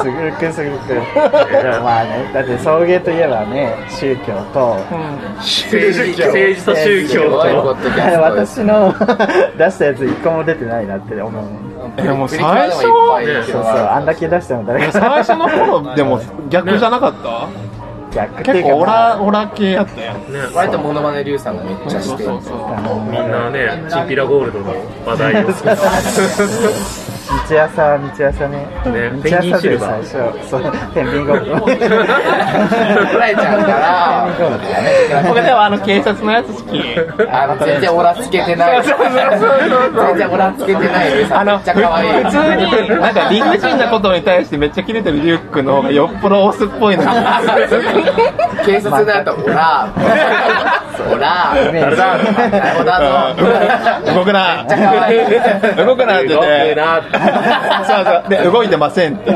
Speaker 3: すぐるくんすぐるくんまあねだって送迎といえばね宗教と
Speaker 2: *laughs* 政治政治と宗教
Speaker 6: すごいポ
Speaker 2: と
Speaker 6: ッドキャス
Speaker 3: 私
Speaker 6: ト
Speaker 3: の出したやつ一個も出てないなって思う
Speaker 4: えもう
Speaker 6: プリキュア
Speaker 4: 最
Speaker 6: でも
Speaker 4: 初
Speaker 6: いっぱい
Speaker 3: そうそうあんだけ出しても誰か
Speaker 4: 最初の頃でも逆じゃなかった
Speaker 3: 逆ってい
Speaker 4: 結
Speaker 3: うか
Speaker 4: 構オ
Speaker 3: ま
Speaker 4: ラオラ系やったやん
Speaker 2: ね
Speaker 6: 割とモノマネリュウさんがめっちゃしてる
Speaker 2: みんなねチンピラゴールドの話題をね
Speaker 3: あ道朝道朝ね
Speaker 2: ね
Speaker 3: 道
Speaker 2: ペンギン
Speaker 3: 朝
Speaker 2: シ
Speaker 3: で
Speaker 2: ル
Speaker 3: 最
Speaker 2: バー
Speaker 3: 初そうペンギンゴ *laughs* ッド
Speaker 6: 怒られちゃうからやめてください
Speaker 4: 僕でもあの警察のやつ好き
Speaker 6: あの全然オラつけてない全然オラつけてないリュウ
Speaker 4: *laughs*
Speaker 6: さ
Speaker 4: あ
Speaker 6: んめ
Speaker 4: の
Speaker 6: っちゃ可愛い
Speaker 4: 普通になんか理不尽なことに対してめっちゃキレてるリュックの方がよっぽどオスっぽいのに
Speaker 6: 警察だとオラオラ
Speaker 3: 誰だ
Speaker 6: オ
Speaker 4: *laughs*
Speaker 6: ラぞ
Speaker 4: 動くな
Speaker 6: めっちゃ可愛い
Speaker 4: *laughs* 動くなって
Speaker 2: 動
Speaker 4: ね
Speaker 2: くなって
Speaker 4: そうそうで動いてませんって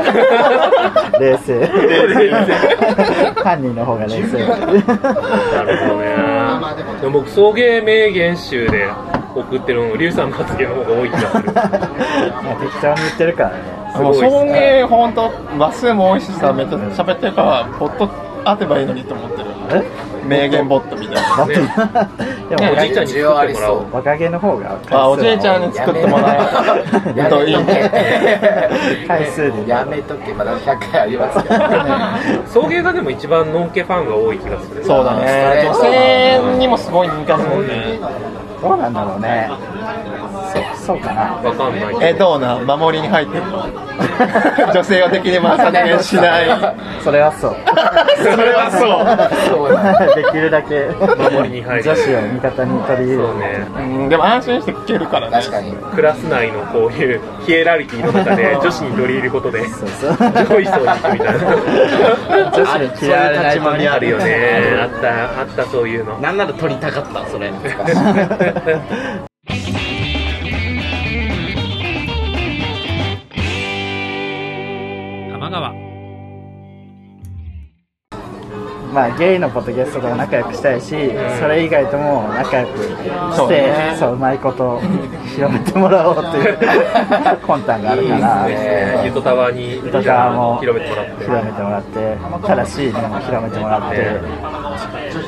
Speaker 3: 冷静犯人の方が冷静
Speaker 2: なるほどねでも僕送迎名言集で送ってるのリュウさんの発言の方が多い気がす
Speaker 4: *laughs*
Speaker 2: る
Speaker 3: いや適当に言ってるからね
Speaker 4: もう送迎本当話数も多いしさめっちゃ喋ってるからポット当てばいいのにと思ってる
Speaker 3: え
Speaker 4: 名言ボットみたいな
Speaker 3: だって、で
Speaker 2: お
Speaker 3: も
Speaker 2: じいちゃんに作っても
Speaker 6: 需要あり
Speaker 2: らお
Speaker 6: そう
Speaker 2: う
Speaker 3: 若気の方が回数
Speaker 4: あ
Speaker 3: は
Speaker 4: おじいちゃんに作ってもら
Speaker 6: や
Speaker 4: *laughs* うといいね
Speaker 3: *laughs*
Speaker 6: め
Speaker 3: 回数
Speaker 6: と
Speaker 3: で
Speaker 6: けやめとけまだ100回ありますけど
Speaker 2: 送迎がでも一番ノンケファンが多い気がする
Speaker 4: そうだね女性にもすごい人気あるもんね
Speaker 3: どうなんだろうねそそうかな
Speaker 2: わかんないけ
Speaker 4: え
Speaker 2: ど
Speaker 4: どうなん守りに入ってる *laughs* の女性を敵に回されしない
Speaker 3: それはそう
Speaker 4: それは
Speaker 6: そうだ
Speaker 3: できるだけ
Speaker 2: 守りに入る
Speaker 3: 女子を味方に取り入れ
Speaker 2: そう
Speaker 3: る
Speaker 2: ね
Speaker 4: そう、うん、でも安心して聞けるからね
Speaker 6: 確かに
Speaker 2: クラス内のこういうヒエラルキーの中で女子に取り入ることで
Speaker 3: そうそう
Speaker 2: 上位層に行くみたいな
Speaker 3: 女子に嫌われない
Speaker 2: あるよねあったあったそういうの
Speaker 5: なんなら撮りたかったそれ
Speaker 2: 玉川
Speaker 3: まあゲイのポッドキャストとも仲良くしたいし、それ以外とも仲良く
Speaker 4: そ
Speaker 3: し
Speaker 4: う
Speaker 3: て
Speaker 4: ね
Speaker 3: そう,、うまいこと広めてもらおうという魂胆があるから
Speaker 2: ユトタワーに
Speaker 3: とかも
Speaker 2: 広めてもらって
Speaker 3: 広めてもらって正しいのも広めてもらって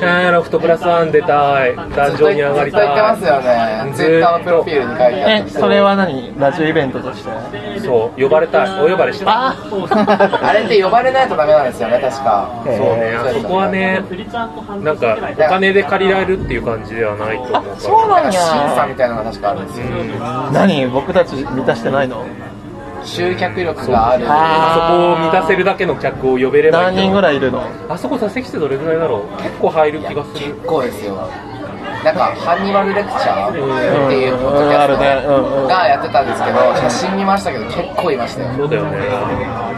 Speaker 2: えー、ロフトプラスワン出たい。壇上に上がり
Speaker 6: ずっと言って
Speaker 2: た
Speaker 6: ますよね。ツイッターのプロフィールに書いてあっ
Speaker 4: え
Speaker 6: て
Speaker 4: それは何ラジオイベントとして
Speaker 2: い。そう、呼ばれたい。お呼ばれしたい。
Speaker 4: あ
Speaker 6: あれって呼ばれないとダメなんですよね、確か。
Speaker 2: そうね、あそこはね、なんかお金で借りられるっていう感じではないと思うから。
Speaker 4: *laughs* そうなん
Speaker 6: 審査
Speaker 4: や
Speaker 6: みたいなのが確かあるんですよ。
Speaker 4: 何僕たち満たしてないの
Speaker 6: 集客力がある。
Speaker 2: あそこを満たせるだけの客を呼べればい
Speaker 4: 何
Speaker 2: いけ
Speaker 4: 人
Speaker 2: ど
Speaker 4: ぐらいいるの
Speaker 2: あそこ座席数どれぐらいだろう結構入る気がす
Speaker 6: 結
Speaker 2: る
Speaker 6: 構ですよ。なんか、ハンニバルレクチャーっていうポッドキ
Speaker 4: うんあ
Speaker 6: ャ
Speaker 4: るねうん
Speaker 6: ス
Speaker 4: う
Speaker 6: ト
Speaker 4: ん
Speaker 6: がやってたんですけど、写真見ましたけど、結構いましたよ。
Speaker 2: そうだよね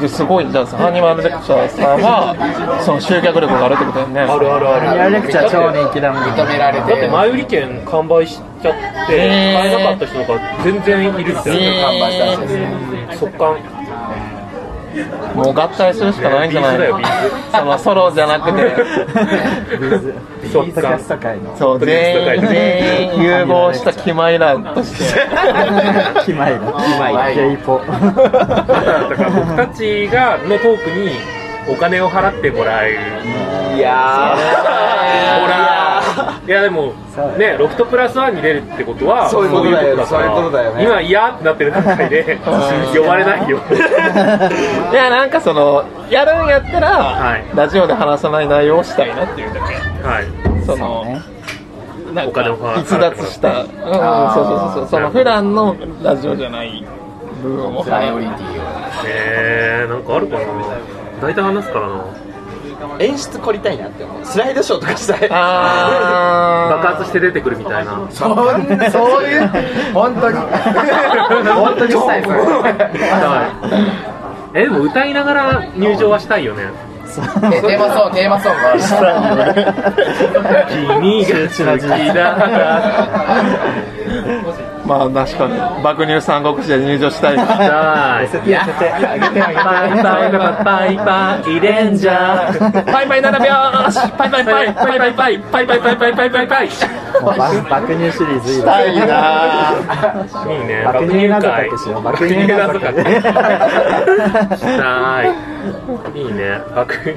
Speaker 4: ですごいじゃあハニマルレクチャーさん *laughs* はその集客力があるってことだよね
Speaker 2: あるあるある
Speaker 3: ミラレクチャー超人気だもん
Speaker 6: 認められ
Speaker 2: だって
Speaker 6: て、
Speaker 2: 前売り券完売しちゃって買
Speaker 4: へー
Speaker 2: えなかった人が全然いるって
Speaker 4: へ
Speaker 6: 看板したらしいですね。
Speaker 2: 速乾
Speaker 4: *laughs*
Speaker 2: *laughs*
Speaker 4: もう合体するしかないんじゃない
Speaker 2: ビーズだよ
Speaker 4: の
Speaker 2: ビー
Speaker 4: そのソロじゃなく
Speaker 2: 速
Speaker 4: て
Speaker 3: ポッドキャ
Speaker 2: 乾
Speaker 3: スト界の
Speaker 4: *laughs* そう全員全員融合したキマイラとして
Speaker 3: キマイだキ
Speaker 6: マイ
Speaker 3: ゲイポ
Speaker 2: だからだから僕たちがのトークにお金を払ってもらえる
Speaker 5: いや
Speaker 2: *laughs* ほらいやでも
Speaker 3: そう
Speaker 2: ねロフトプラスワンに出るってことは
Speaker 5: そういうことだよ
Speaker 2: から
Speaker 5: そういうことだよね
Speaker 2: 今嫌ってなってる段階で呼ばれないよ
Speaker 4: *laughs* いやなんかそのやるんやったら、
Speaker 2: はい
Speaker 4: ラジオで話さない内容をしたいなっていうだけ
Speaker 2: はい
Speaker 4: その
Speaker 3: ね
Speaker 4: なん
Speaker 2: お金を払う
Speaker 4: 逸脱した、うん、そうそうそうそうその普段のラジオじゃない部分を
Speaker 6: プライオリティを。
Speaker 2: えー、なんかあるかな大体話すからな
Speaker 5: ー演出凝りたいなって思うスライドショーとかしたい
Speaker 4: あ
Speaker 2: 爆発して出てくるみたいな
Speaker 6: そんなそういう本当に本当にしたいそれ
Speaker 2: *laughs* はいえでも歌いながら入場はしたいよね
Speaker 6: えテーマソングテーマソングある
Speaker 2: 君が好きだ
Speaker 4: ーまあ確かに爆乳三国志で入場 *laughs* したい
Speaker 2: はい
Speaker 3: いやあげてあげて
Speaker 2: パイパイパイパイパイレンジャーパイパイ並べよーしパイパイパイパイパイパイパイパイパイパイパイパイパイ
Speaker 3: もうバ爆乳シリーズいいわ
Speaker 4: したいない
Speaker 2: いね
Speaker 3: 爆乳謎かけしよう爆乳謎か
Speaker 2: し
Speaker 3: け
Speaker 2: たーいいいね爆
Speaker 3: 爆乳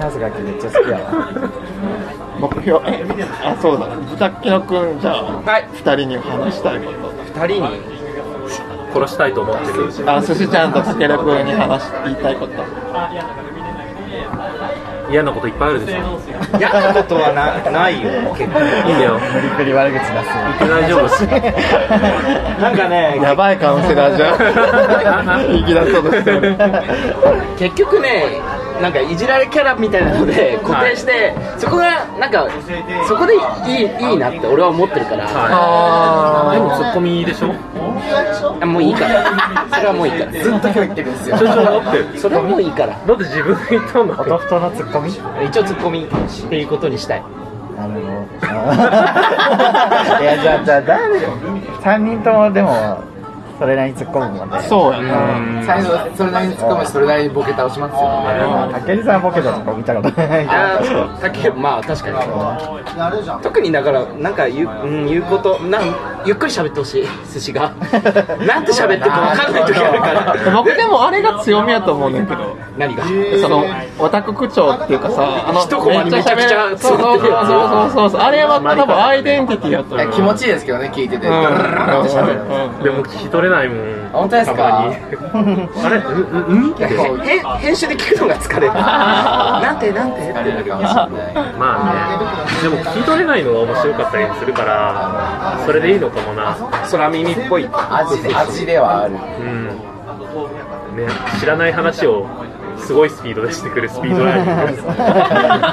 Speaker 3: 謎かけめっちゃ好きやわ
Speaker 4: 目標えあそうだブタッキノ君じゃあ、
Speaker 5: はい
Speaker 4: 二人に話したいこ
Speaker 5: 二人に
Speaker 2: 殺したいと思ってる
Speaker 4: とあ寿司ちゃんとスケル君に話し言いたいこと
Speaker 2: 嫌なこといっぱいあるでしょ
Speaker 5: *laughs* 嫌なことはなないよ結構
Speaker 2: いいんだよ
Speaker 3: 無理くり悪口出すね
Speaker 2: 大丈夫
Speaker 3: *laughs*
Speaker 5: なんかね
Speaker 4: やばいカウンセラーじ
Speaker 5: *laughs*
Speaker 4: ゃん言い出そうとしてる
Speaker 5: 結局ねなんかいじられキャラみたいなので固定して、そこがなんかそこでいいいいなって俺は思ってるから、
Speaker 2: はいでもツッコミでしょ
Speaker 5: あもういい
Speaker 6: *laughs*
Speaker 5: からそれはもういいから
Speaker 6: ずっと今日言ってるんですよ
Speaker 2: ちょちょだっ
Speaker 5: *laughs*
Speaker 2: て
Speaker 5: それはもういいから
Speaker 2: だって自分で言ったんだ
Speaker 3: 音太のツッコミ
Speaker 5: 一応ツッコミっていうことにしたい
Speaker 3: なるほど *laughs* いやじゃあじゃあ誰3人ともでもそれなりに突っ込むもんね
Speaker 4: そうや
Speaker 2: う
Speaker 4: な、
Speaker 2: ん
Speaker 6: 最初それなりに突っ込むしそれなりにボケ倒しますよね
Speaker 3: たけりさんボケたとこ見たことない
Speaker 5: あ
Speaker 3: から
Speaker 5: ーだけどまあ確かに特にだからなんか言う,、うん、言うことなんゆっくり喋ってほしい寿司がなんて喋ってるか分かんない時あるから
Speaker 4: 僕でもあれが強みやと思うねんけど
Speaker 5: 何が
Speaker 4: そのオタク口調っていうかさあの
Speaker 5: 一コマにめちゃくちゃ
Speaker 4: めっそうそうそうそうそうそうあれは多分アイデンティティやと
Speaker 6: い
Speaker 4: 思
Speaker 6: や
Speaker 4: う
Speaker 6: 気持ちいいですけどね聞いてて
Speaker 4: うん
Speaker 6: ダララララって喋る
Speaker 2: でも聞き取れないもん
Speaker 6: 本当です
Speaker 2: た
Speaker 6: か
Speaker 2: まにあれうんうんうんって
Speaker 6: 結構
Speaker 5: へ編集で聞くのが疲れるなんてなんて
Speaker 6: 疲れるかもしれない
Speaker 2: まあねでも聞き取れないのが面白かったりするからそれでいいのかもな
Speaker 5: 空耳っぽい
Speaker 6: 味で味では
Speaker 5: *laughs*
Speaker 6: ある
Speaker 2: うんね知らない話をすごいスピードでしてくるスピードライン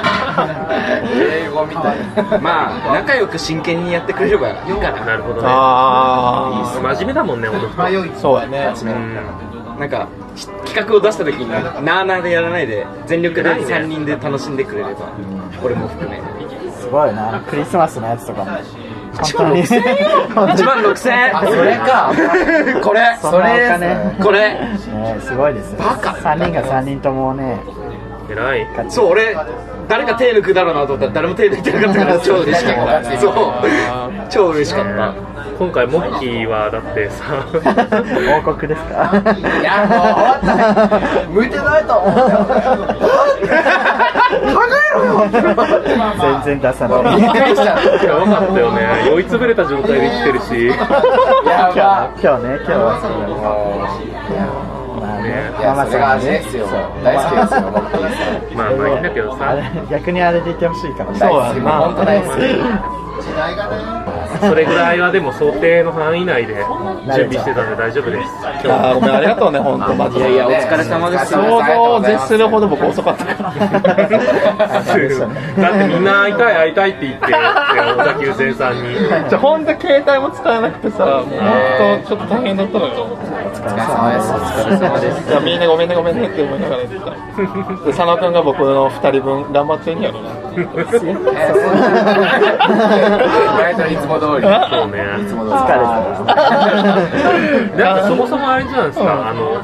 Speaker 6: 英語みたい
Speaker 5: まあ仲良く真剣にやってくれればいいか
Speaker 2: なるほどね
Speaker 4: あ
Speaker 2: 真面目だもんね本当
Speaker 4: あそうやね
Speaker 2: うん
Speaker 5: ななんかひ企画を出した時になあなあでやらないで全力で
Speaker 2: 偉いね
Speaker 5: 3人で楽しんでくれれば俺も含め
Speaker 3: すごいなクリスマスのやつとかも本当に
Speaker 5: 1万6000円
Speaker 6: あそれか
Speaker 5: *laughs* これ
Speaker 3: そんなお金
Speaker 5: これ
Speaker 3: ねすごいですね
Speaker 5: バカ
Speaker 3: 3人が3人ともね
Speaker 2: 偉い
Speaker 5: そう俺誰か手抜くだろうなと思ったら誰も手抜いてなかったから超嬉しかっ
Speaker 6: そう
Speaker 5: たそう超嬉しかった
Speaker 2: 今回モッキーはだってさ *laughs*
Speaker 3: 王国ですか
Speaker 6: いやもう終わった向いてないと思うよ
Speaker 3: 全然出さない
Speaker 6: びっくりしちゃっ
Speaker 2: やばかった
Speaker 6: *laughs*
Speaker 2: よね酔いつぶれた状態で生きてるし
Speaker 6: たやば
Speaker 3: 今日今日ね今日はそうまあね
Speaker 6: いやそれが味ですよ大好きですよ僕
Speaker 2: まあまあいいんだけど
Speaker 3: あ
Speaker 2: さ
Speaker 3: れ逆にあれでいてほしいかも
Speaker 6: 大好き本当大好き
Speaker 2: それぐらいはでも想定の範囲内で準備してたんで大丈夫です
Speaker 4: あーごめんありがとうね本当マジ
Speaker 5: いや
Speaker 4: で
Speaker 5: いやお疲れ様です
Speaker 4: 想像を絶するほど僕遅かった
Speaker 2: だってみんな会いたい会いたいって言って小田急線さんに
Speaker 4: じゃあ本当携帯も使えなくてさもう本当ちょっと大変だったのよ
Speaker 6: お疲れ様ですお疲れ様 *laughs* で
Speaker 4: い
Speaker 6: す
Speaker 4: やみんなごめんねごめんねって思いながら言ってたで佐野君が僕の2人分頑張ってんやろな
Speaker 6: えーそんな意外といつも通り
Speaker 2: そうね
Speaker 6: いつも通り
Speaker 3: 疲れ
Speaker 2: なんかそもそもあれじゃないですか、あの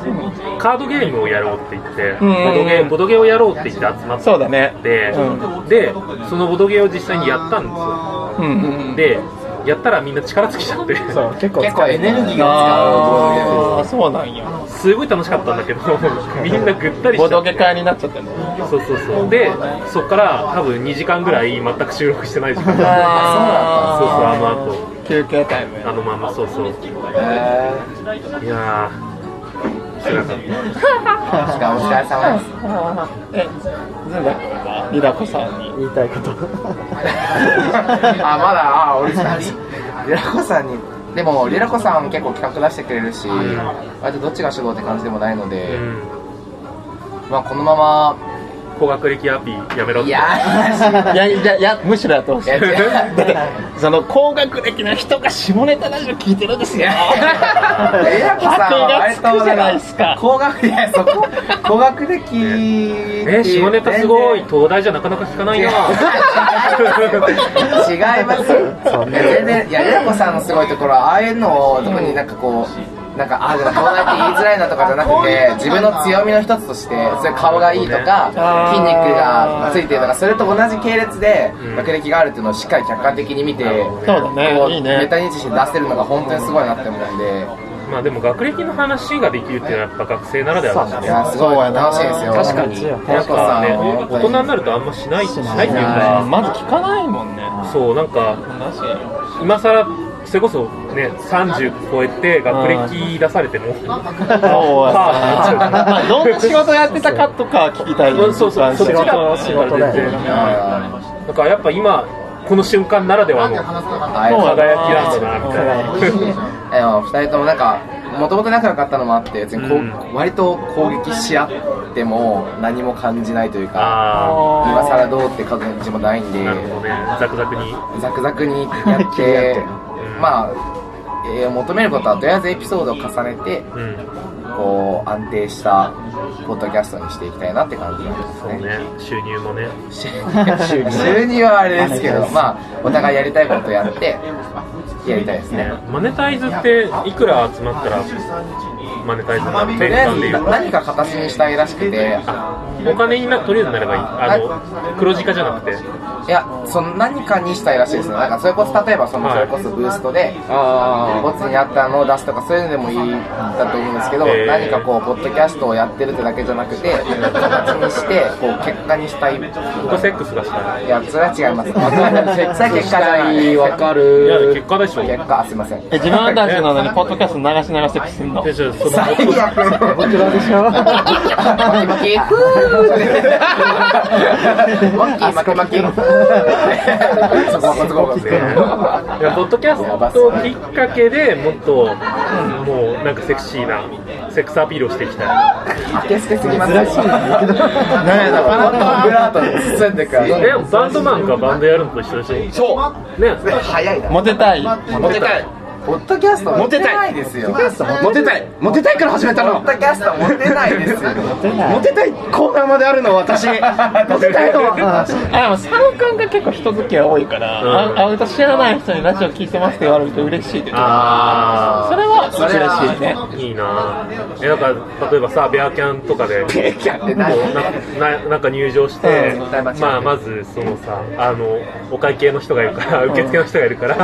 Speaker 2: カードゲームをやろうって言って、ボ
Speaker 4: ん
Speaker 2: ドゲボドゲをやろうって言って集まって
Speaker 4: そうだね
Speaker 2: で,、でそのボドゲを実際にやったんですよ
Speaker 4: うんうん
Speaker 2: でやったらみんな力尽きちゃって
Speaker 3: そう結構
Speaker 6: 結構エネルギーが
Speaker 4: ああそうなんや
Speaker 2: すごい楽しかったんだけどみんなぐったりし
Speaker 4: ボ
Speaker 2: ちゃ
Speaker 4: ド
Speaker 2: って
Speaker 4: ゲ会になっちゃったね
Speaker 2: そうそうそうでそっから多分2時間ぐらい全く収録してない時間そうそうあの後
Speaker 4: 休憩タイム
Speaker 2: あのままそうそうい
Speaker 6: 使うえ
Speaker 2: やー辛かった
Speaker 6: ーしかもお疲れ様です
Speaker 4: えずんだ君はリダコさんに
Speaker 3: 言いたいこと
Speaker 6: あまだあ俺さリラコさんにでもリラコさん結構企画出してくれるし割とどっちが主導って感じでもないので、
Speaker 2: うん
Speaker 6: まあこのまま
Speaker 2: 高学歴アピやめろっ
Speaker 6: い
Speaker 2: て
Speaker 6: やー
Speaker 4: いやいやいやむしろやって
Speaker 6: *laughs*
Speaker 4: ほしい
Speaker 6: いや違う
Speaker 4: だって *laughs* その高学歴の人が下ネタラジオ聞いてるんですよ
Speaker 6: えやこさんは割と
Speaker 4: じゃないですか
Speaker 6: 高学いやそこ高学歴っていう
Speaker 2: え下ネタすごい
Speaker 6: 全然
Speaker 2: 東大じゃなかなか聞かないな
Speaker 6: 違いま
Speaker 2: *laughs*
Speaker 6: すいや全然いややこさんのすごいところはああいうのを特になんかこうなんかああでも東大って言いづらいなとかじゃなくて自分の強みの一つとしてそれ顔がいいとか筋肉がついてるとかそれと同じ系列で
Speaker 2: うん
Speaker 6: 学歴があるっていうのをしっかり客観的に見て
Speaker 4: そうだ
Speaker 6: こう
Speaker 4: ねいい
Speaker 6: ネ
Speaker 4: ね
Speaker 6: タ認知して出せるのが本当にすごいなって思うんで
Speaker 2: *laughs* まあでも学歴の話ができるっていうのはやっぱ学生ならではだし
Speaker 6: い
Speaker 2: ね
Speaker 6: やすごい楽しいですよ
Speaker 5: 確かに
Speaker 2: な
Speaker 6: や
Speaker 2: ん
Speaker 6: こさ
Speaker 2: か
Speaker 6: ん
Speaker 2: ね
Speaker 6: は
Speaker 2: 大人になるとあんましないしないっていう
Speaker 4: あ
Speaker 2: か
Speaker 4: まず聞かないもんね
Speaker 2: そうなんか
Speaker 4: 話
Speaker 2: 今さらそれこそね30超えて学歴出されても *laughs*
Speaker 4: そう
Speaker 2: あー
Speaker 4: まあどんな仕事やってたかとか聞きたい
Speaker 2: そうそうそう
Speaker 4: 仕事
Speaker 2: そっちが
Speaker 4: 仕事
Speaker 2: だ
Speaker 4: だ
Speaker 2: よ
Speaker 4: よ
Speaker 2: ねなんかやっぱ今この瞬間ならではの
Speaker 6: はい
Speaker 2: 輝きなんだなみたいな
Speaker 6: えー二人ともなんかもともと仲良かったのもあって別にこう、
Speaker 2: うん
Speaker 6: 割と攻撃し合っても何も感じないというか
Speaker 2: あ
Speaker 6: 今更どうって感じもないん
Speaker 2: あ
Speaker 6: で
Speaker 2: なるほどねザクザクに
Speaker 6: ザクザクにやってまあ、えー求めることはとりあえずエピソードを重ねて
Speaker 2: うん
Speaker 6: こう安定したポッドキャストにしていきたいなって感じなんです
Speaker 2: そう
Speaker 6: ね
Speaker 2: ね収入もね
Speaker 6: 収入収入はあれですけどまあお互いやりたいことやってやりたいですね
Speaker 2: マネタイズっていくら集まったらマネタイズになる
Speaker 6: と
Speaker 2: 定価
Speaker 6: りあえ
Speaker 2: で
Speaker 6: ず
Speaker 2: 言う
Speaker 6: 何か形にしたいらしくて
Speaker 2: お金になとりあえずなればいいあの黒字化じゃなくて
Speaker 6: いやその何かにしたいらしいですねなんかそれこそ例えばその
Speaker 2: はい
Speaker 6: それこそブーストで
Speaker 5: あ
Speaker 6: ボツにあったのを出すとかそういうのでもいいんだと思うんですけど、
Speaker 2: えー
Speaker 6: 何かこうポッドキャストをやってるってだけじゃなくて形にしてこう結果にしたいい
Speaker 2: 僕セックスがしたい
Speaker 6: やそれは違いますそれは結果じゃな
Speaker 5: あ
Speaker 6: い
Speaker 5: わか
Speaker 2: いや
Speaker 5: る
Speaker 2: 結果でしょ
Speaker 6: 結果あすいません
Speaker 4: え自分たちの何ポッドキャスト流しながらセックスすんの
Speaker 2: でじゃあその
Speaker 6: 最悪
Speaker 3: 僕らでしょ
Speaker 6: マキマ
Speaker 3: *laughs*
Speaker 6: キふーマキマキマキふーそこはそこはそこは
Speaker 2: ねいやポッドキャストをきっかけでもっともうなんかセクシーなセックスアピールをしていきたい
Speaker 6: あけすけすぎます珍しいねなかなかブラートに包んでくる
Speaker 2: えバンドマンがバンドやるのと一緒だしそうね *laughs*
Speaker 6: 早いな
Speaker 4: モテたい
Speaker 5: モテたい
Speaker 6: ポッドキャストモテないですよポッ
Speaker 5: モテたいモテたいから始めたの
Speaker 6: ドキャストモテないですよ
Speaker 5: モテたいコーナーまであるの私モテたいのは
Speaker 4: あでも佐野君が結構人付き合い多いから、
Speaker 2: うん
Speaker 4: ああ私知らない人にラジオ聞いてますって言われると嬉しいって言ってた
Speaker 2: あ
Speaker 4: それは
Speaker 6: それは
Speaker 3: 珍しいね
Speaker 2: いいなぁえだから例えばさベアキャンとかで
Speaker 6: ケーキやってな
Speaker 2: こ
Speaker 6: いう
Speaker 2: なななんか入場して、
Speaker 6: うん
Speaker 2: まあ、まずそのさあのお会計の人がいるから受付の人がいるから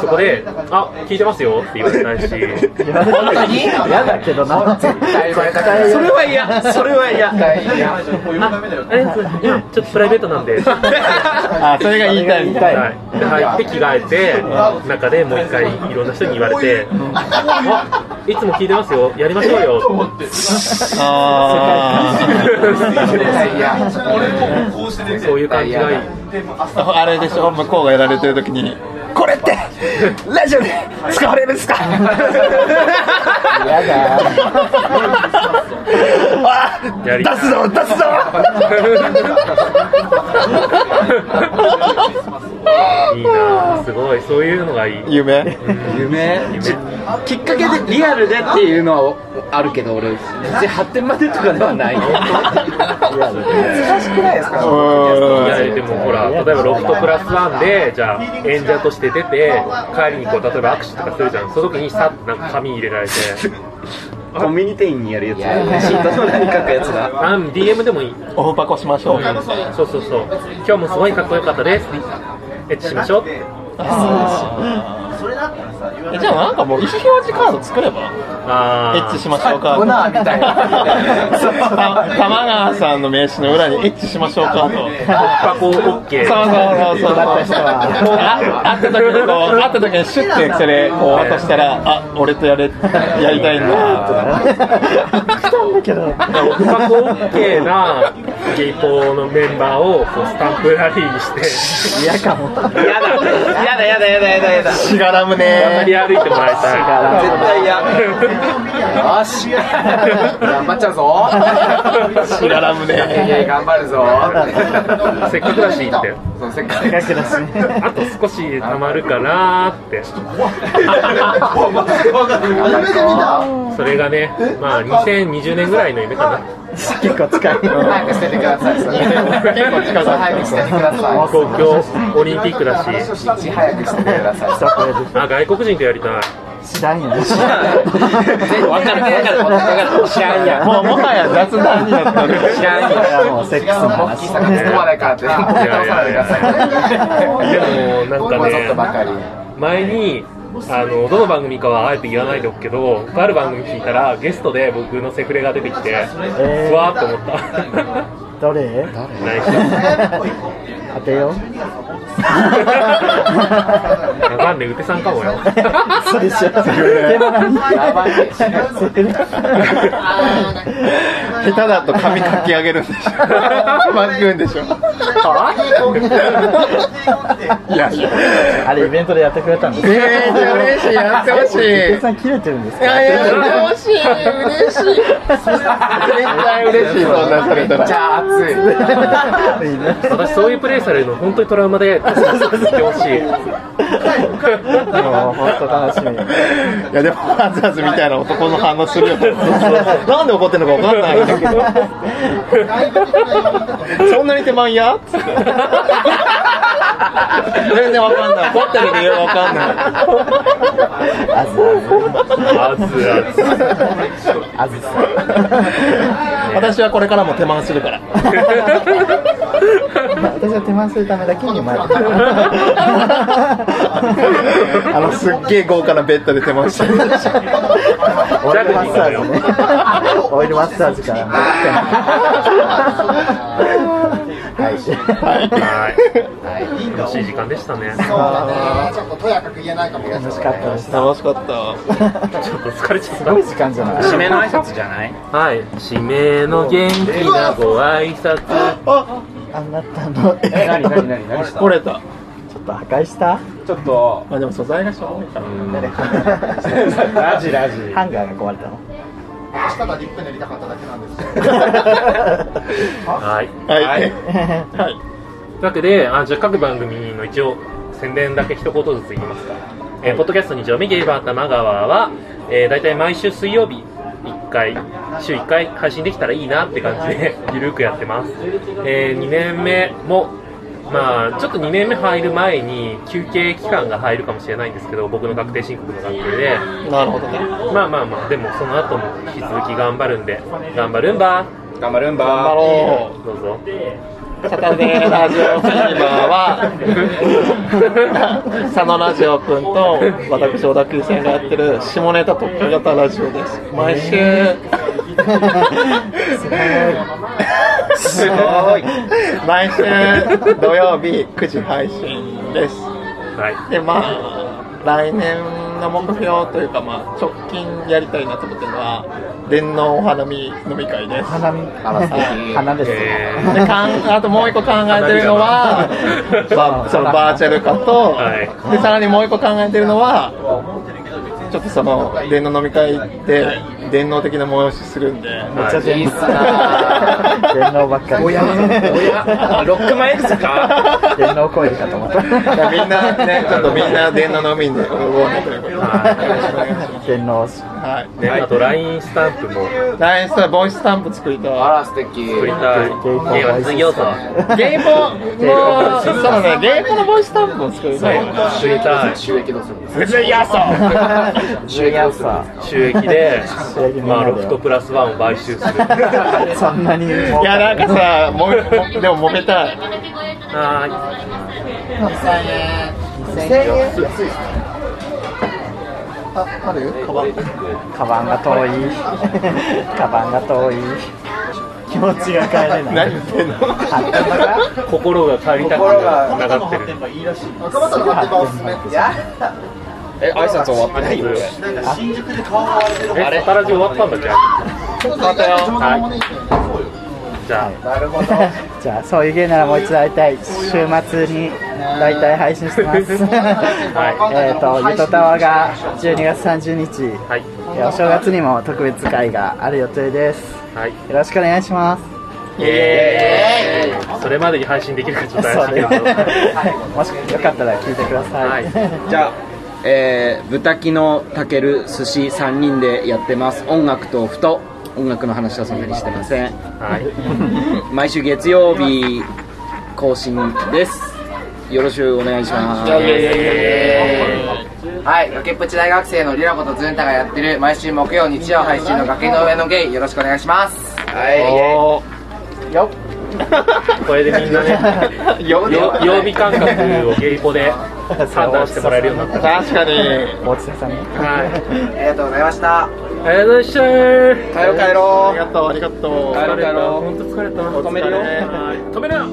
Speaker 2: そこで「あ聞いてますよ」って言われないし
Speaker 3: 言われた時に嫌だけど
Speaker 6: *laughs*
Speaker 3: な
Speaker 6: 絶対言われたくない
Speaker 5: それは嫌それは嫌
Speaker 6: 絶対嫌
Speaker 2: 「えいやちょっとプライベートなんで」
Speaker 3: あそれが言いたいみたい
Speaker 2: はい、で入って着替えて中でもう一回いろんな人に言われて「あいつも聞いてますよやりましょうよ」
Speaker 3: あ
Speaker 6: 絶対嫌
Speaker 2: そういう感じがいい
Speaker 3: ーあれでしょ向こうがやられてる時にこれってラジオで使われるんですか
Speaker 6: 嫌だ
Speaker 3: あー
Speaker 2: やり
Speaker 3: 出すぞ出すぞ
Speaker 2: いいなぁすごいそういうのがいい
Speaker 3: 夢
Speaker 5: 夢じきっかけでリアルでっていうのはあるけど俺別に発展までとかではない
Speaker 6: 難しくないですか
Speaker 2: いや
Speaker 3: う
Speaker 2: でもほら例えばロフトプラスワンでじゃあ演者として出て帰りにこう例えば握手とかするじゃんその時にさっとなんか紙入れられて
Speaker 5: コンビニ店員にやるやつシートの何書くやつだ
Speaker 2: あ DM でもいい
Speaker 3: オフパコしましょう
Speaker 2: そうそうそう今日もすごいかっこよかったですエッチしましょう
Speaker 4: えじゃあなんかもう意思表示カード作れば
Speaker 2: あ
Speaker 3: エ
Speaker 2: ー
Speaker 3: ッチしましょうか
Speaker 6: オナーみたいな
Speaker 3: そうた *laughs* 玉川さんの名刺の裏にエッチしましょうかと。そう
Speaker 2: パコオッケー
Speaker 3: そうそうそう。
Speaker 6: だった人は
Speaker 3: あ会った時にこう会った時にシュッてそれこう渡したらあ俺とやれやりたいんだとか。来たんだけど。
Speaker 2: オフパコオッケーなゲイポのメンバーをこうスタンプラリーにして
Speaker 3: 嫌かも。
Speaker 5: やだやだやだやだやだやだ絶
Speaker 3: しがらむ
Speaker 2: 渡り
Speaker 3: ね。
Speaker 2: 歩いてもらいたい
Speaker 5: 対嫌
Speaker 6: よし頑張っちゃうぞ
Speaker 3: しがらむ
Speaker 6: いやいや
Speaker 3: ね。
Speaker 6: 頑張るぞ
Speaker 2: *laughs* せっかくだしって
Speaker 6: そうせっかくだし
Speaker 2: あと少し溜まるかなーって
Speaker 1: 夢で見た
Speaker 2: それがね、まあ、2020年ぐらいの夢か
Speaker 3: 結構近い。
Speaker 6: 早く捨ててくださいそれ
Speaker 3: 結構近かった
Speaker 6: 早く捨ててくだ
Speaker 2: な、
Speaker 6: さ
Speaker 2: 東京オリンピックだし、
Speaker 6: いいち早く捨ててください
Speaker 2: あ外国人とやりたい、
Speaker 3: 知らんよ。
Speaker 5: わかるわかるわかる知らんや
Speaker 3: もうもはや雑談になってる。
Speaker 5: 知らんよ
Speaker 3: いやもうセックスの
Speaker 6: モッキ
Speaker 3: 話
Speaker 6: ー。さんが突っ込まないからって突っ込まないでください
Speaker 2: でもなんか
Speaker 6: ちょっとばか
Speaker 2: ね、
Speaker 6: り
Speaker 2: 前にあの、どの番組かはあえて言わないでおくけど、とある番組聞いたら、ゲストで僕のセフレが出てきて、
Speaker 3: ー
Speaker 2: うわーって思った、
Speaker 3: どれ？
Speaker 2: 内緒
Speaker 3: 当てよう。
Speaker 2: わかんねえ、うてさんかもよ。
Speaker 3: そうでしょ。
Speaker 6: やばい
Speaker 3: 下手だと髪かき上げるんでしょ。巻くんでしょ。いや、あれイベントでやってくれたんです。ええー、嬉しい、やってほしい。お客さん切れてるんですか。いやいや、嬉しい、嬉しい。絶対嬉しい、そんなされた
Speaker 6: めっち
Speaker 3: ら。
Speaker 6: ゃ熱い
Speaker 2: 私、そういうプレイされるの、本当にトラウマで、 *laughs* 聞いてほしい。
Speaker 3: もう本当楽しみ。いやでもハズハズみたいな男の反応するよ。なんで怒ってんのかわかんないんだけど。そんなに手間や？つって全然わかんない。怒ってる理由わかんない。
Speaker 2: あ
Speaker 3: あ
Speaker 2: ずあず
Speaker 3: あず私はこれからも手間するから。私は手間するためだけに *laughs* 前。あのすっげえ豪華なベッドで手間してる。オイルマッサージね。オイルマッサージから。は
Speaker 2: はい、楽しい時間でしたね。
Speaker 1: ちょっととやかく言えないかもしれない
Speaker 3: 楽しかったです。楽しかった。
Speaker 2: ちょっと疲れちゃっ
Speaker 3: す
Speaker 2: た
Speaker 3: ごい。時間じゃない。
Speaker 5: 締めの挨拶じゃない
Speaker 2: はい、締めの元気なご挨拶。
Speaker 3: あ、あなたの。え
Speaker 5: 何何何何した
Speaker 3: 折れた。ちょっと破壊した。
Speaker 5: ちょっと
Speaker 3: まあでも素材がしょうがないから。
Speaker 5: ラジラジ
Speaker 3: ハンガーが壊れたの。
Speaker 1: ただリップ塗りたかっただけなんです
Speaker 2: はい。
Speaker 3: はい。はい。
Speaker 2: というわけで、あじゃあ各番組の一応宣伝だけ一言ずつ言いますか。えーポッドキャスト2丁目ゲイバー玉川は、えー、大体毎週水曜日1回、週1回配信できたらいいなって感じでゆるくやってます。えー、2年目もまあ、ちょっと2年目入る前に休憩期間が入るかもしれないんですけど、僕の確定申告の関係で、
Speaker 4: なるほどね。
Speaker 2: まあまあまあ、でもその後も引き続き頑張るんで、頑張るんば、
Speaker 5: 頑張るんば
Speaker 4: 頑張ろ
Speaker 2: どうぞ。
Speaker 4: う。サタデーラジオフィーバーは、佐野ラジオくんと、私、小田急線がやってる下ネタ特化型ラジオです。毎週、
Speaker 5: すごい
Speaker 4: 毎週土曜日9時配信です。
Speaker 2: はい。
Speaker 4: で、まあ、来年の目標というか、まあ、直近やりたいなと思ってるのは、電脳お花見飲み会です。
Speaker 3: 花見
Speaker 6: ら素敵
Speaker 3: 花ですね。
Speaker 2: え
Speaker 4: でかんあともう一個考えてるのは
Speaker 2: 花火、だな
Speaker 4: まあ、そのバーチャル化と、
Speaker 2: はい
Speaker 4: でさらにもう一個考えてるのはちょっとその電脳飲み会で電脳的な催しするんで、
Speaker 2: ーはい
Speaker 6: いいっすな
Speaker 4: ー
Speaker 3: 電脳ばっかり。
Speaker 6: おやおや
Speaker 5: ロックマン X か
Speaker 3: 電脳コイルかと思った。
Speaker 4: いやみんなねちょっとみんな電脳飲みに行こうねということでよろしくお願いします
Speaker 3: 電脳し。
Speaker 4: はい
Speaker 2: ね、あと LINE スタンプも
Speaker 4: LINE したらボイススタンプ作りたい
Speaker 6: あら素敵
Speaker 2: 作りたい。ゲーム次よと。
Speaker 4: ゲイポもうそうだねゲイポのボイススタンプも作りたいよね
Speaker 2: 作りたい。
Speaker 6: 収益どうするんですか
Speaker 4: 別にやそう
Speaker 6: 収益どうするんですか
Speaker 2: 収益で、まあ、ロフト
Speaker 3: ト
Speaker 2: プラスワンを買収する。
Speaker 3: そんなに。い
Speaker 4: いやなんかさもめもでも揉めたい
Speaker 2: は
Speaker 4: あるカバン
Speaker 3: カバンが遠い。 *laughs* カバンが遠い。気持ちが帰れない。
Speaker 4: 何言ってんの
Speaker 2: ーい心が帰りたくなかってる。
Speaker 1: 赤羽さんの発展場おすすめです
Speaker 5: え挨拶終わってないよ
Speaker 2: え、あれ、タラジ終わったんだじゃあ。じゃあ、
Speaker 6: なるほど
Speaker 3: じゃあそういう芸ならもう一度会いたい週末に大体配信してます *laughs* えっとゆとたわが12月30日
Speaker 2: はい。
Speaker 3: えーお正月にも特別会がある予定です
Speaker 2: はい。
Speaker 3: よろしくお願いします
Speaker 2: イエーイそれまでに配信できるかちょっと怪しいけど。
Speaker 3: *laughs* そうねもしよかったら聞いてください、 *laughs*
Speaker 2: は
Speaker 5: じゃあえー、豚キのたける寿司3人でやってます音楽とふと音楽の話はそんなにしてません
Speaker 2: はい。
Speaker 5: *laughs* 毎週月曜日更新ですよろしくお願いします
Speaker 6: はい崖っぷち大学生のリラコとズンタがやってる毎週木曜日曜配信の崖の上のゲイよろしくお願いします
Speaker 5: は
Speaker 3: よ
Speaker 2: これでみんなね、
Speaker 4: よ
Speaker 2: よ曜日感覚をゲイポで判断してもらえるようになっ
Speaker 4: 確かに
Speaker 3: 大津さんに
Speaker 2: た。はい。
Speaker 6: ありがとうございました
Speaker 2: ありがとうございました。
Speaker 5: い帰ろう帰
Speaker 4: あ
Speaker 5: ろ
Speaker 4: りがとうありがとう
Speaker 5: 帰ろう帰ろう
Speaker 2: 本当疲れた。
Speaker 5: 止めるよ
Speaker 2: はい止めるよ。
Speaker 4: いや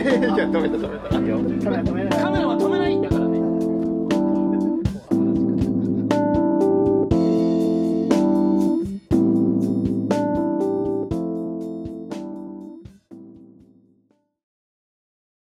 Speaker 4: 止めた止めた
Speaker 3: 止めろ止めろ